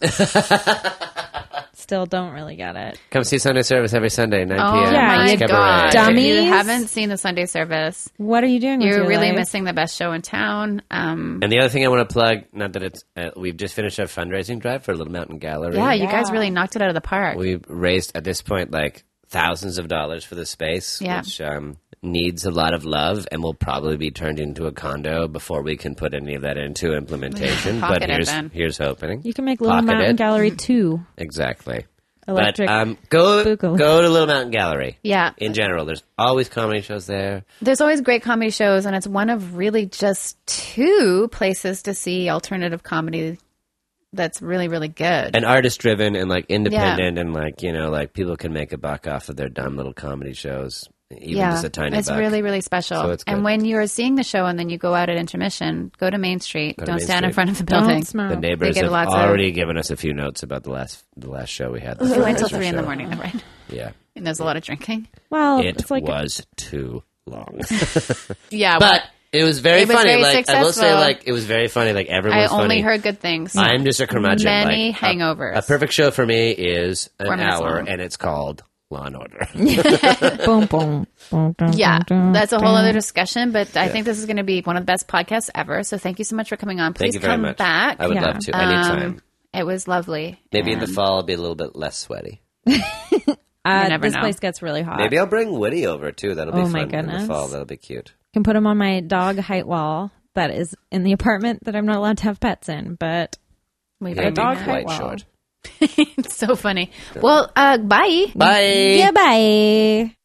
B: still don't really get it
C: Come see Sunday service every Sunday, 9
A: Oh
C: p.m.
B: Yeah,
A: my
B: you
C: Cabaret.
A: god!
B: Dummies. Oh,
A: If you haven't seen the Sunday service,
B: what are you doing with
A: you're
B: your
A: really
B: life?
A: missing the best show in town. Um,
C: And the other thing I want to plug, not that it's, uh, we've just finished our fundraising drive for Little Mountain Gallery.
A: yeah, you guys really knocked it out of the park.
C: We've raised at this point like thousands of dollars for the space,
A: Yeah.
C: which um, needs a lot of love and will probably be turned into a condo before we can put any of that into implementation.
A: Pocket it
C: but here's,
A: then.
C: here's hoping.
B: you can make little
C: Pocket
B: mountain
C: it.
B: gallery 2
C: Exactly.
B: Electric
C: but um, go
B: Boogaloo.
C: go to Little Mountain Gallery.
A: Yeah.
C: In general, there's always comedy shows there.
A: There's always great comedy shows, and it's one of really just two places to see alternative comedy that's really, really good.
C: and artist driven and like independent and like you know like people can make a buck off of their dumb little comedy shows even just a tiny
A: it's
C: buck.
A: really really special.
C: So it's
A: and
C: good.
A: when you're seeing the show and then you go out at intermission, go to Main Street.
C: to
A: Don't
C: Main
A: stand in
C: Street.
A: front of the building.
B: don't smile
C: the neighbors
A: Oh, get
C: have
A: lots of-
C: already given us a few notes about the last the last show we had. the
A: It went till
C: fundraiser
A: three in the
C: show.
A: morning, Oh, right?
C: Yeah,
A: And there's a lot of drinking.
B: well
C: it
B: it's like
C: was too long,
A: Yeah,
C: but it was very
A: It was
C: funny.
A: very
C: like I will say,
A: successful.
C: like it was very funny. Like everyone,
A: I
C: was
A: only
C: funny.
A: heard good things.
C: I'm just a curmudgeon.
A: Many
C: like, a-
A: hangovers.
C: A, perfect show for me is
A: Four
C: an
A: minutes
C: hour,
A: long.
C: and it's called Law and Order.
B: boom boom, boom, boom
A: yeah,
B: boom,
A: that's a whole other discussion, but I think this is going to be one of the best podcasts ever. So thank you so much for coming on. Please
C: Thank you very
A: come
C: much.
A: back.
C: I would
B: Yeah.
C: love to anytime.
A: Um, It was lovely.
C: Maybe in the fall I'll be a little bit less sweaty.
B: Uh,
A: never
B: this
A: know.
B: place gets really hot.
C: Maybe I'll bring Woody over too. That'll be
B: Oh,
C: fun
B: my
C: in
B: goodness.
C: the fall. That'll be cute.
B: can put him on my dog height wall that is in the apartment that I'm not allowed to have pets in, but
A: We
C: Maybe
A: been
B: dog
A: there.
C: quite
B: well.
C: short.
A: it's so funny. Well, uh, bye.
C: Bye.
B: yeah, bye.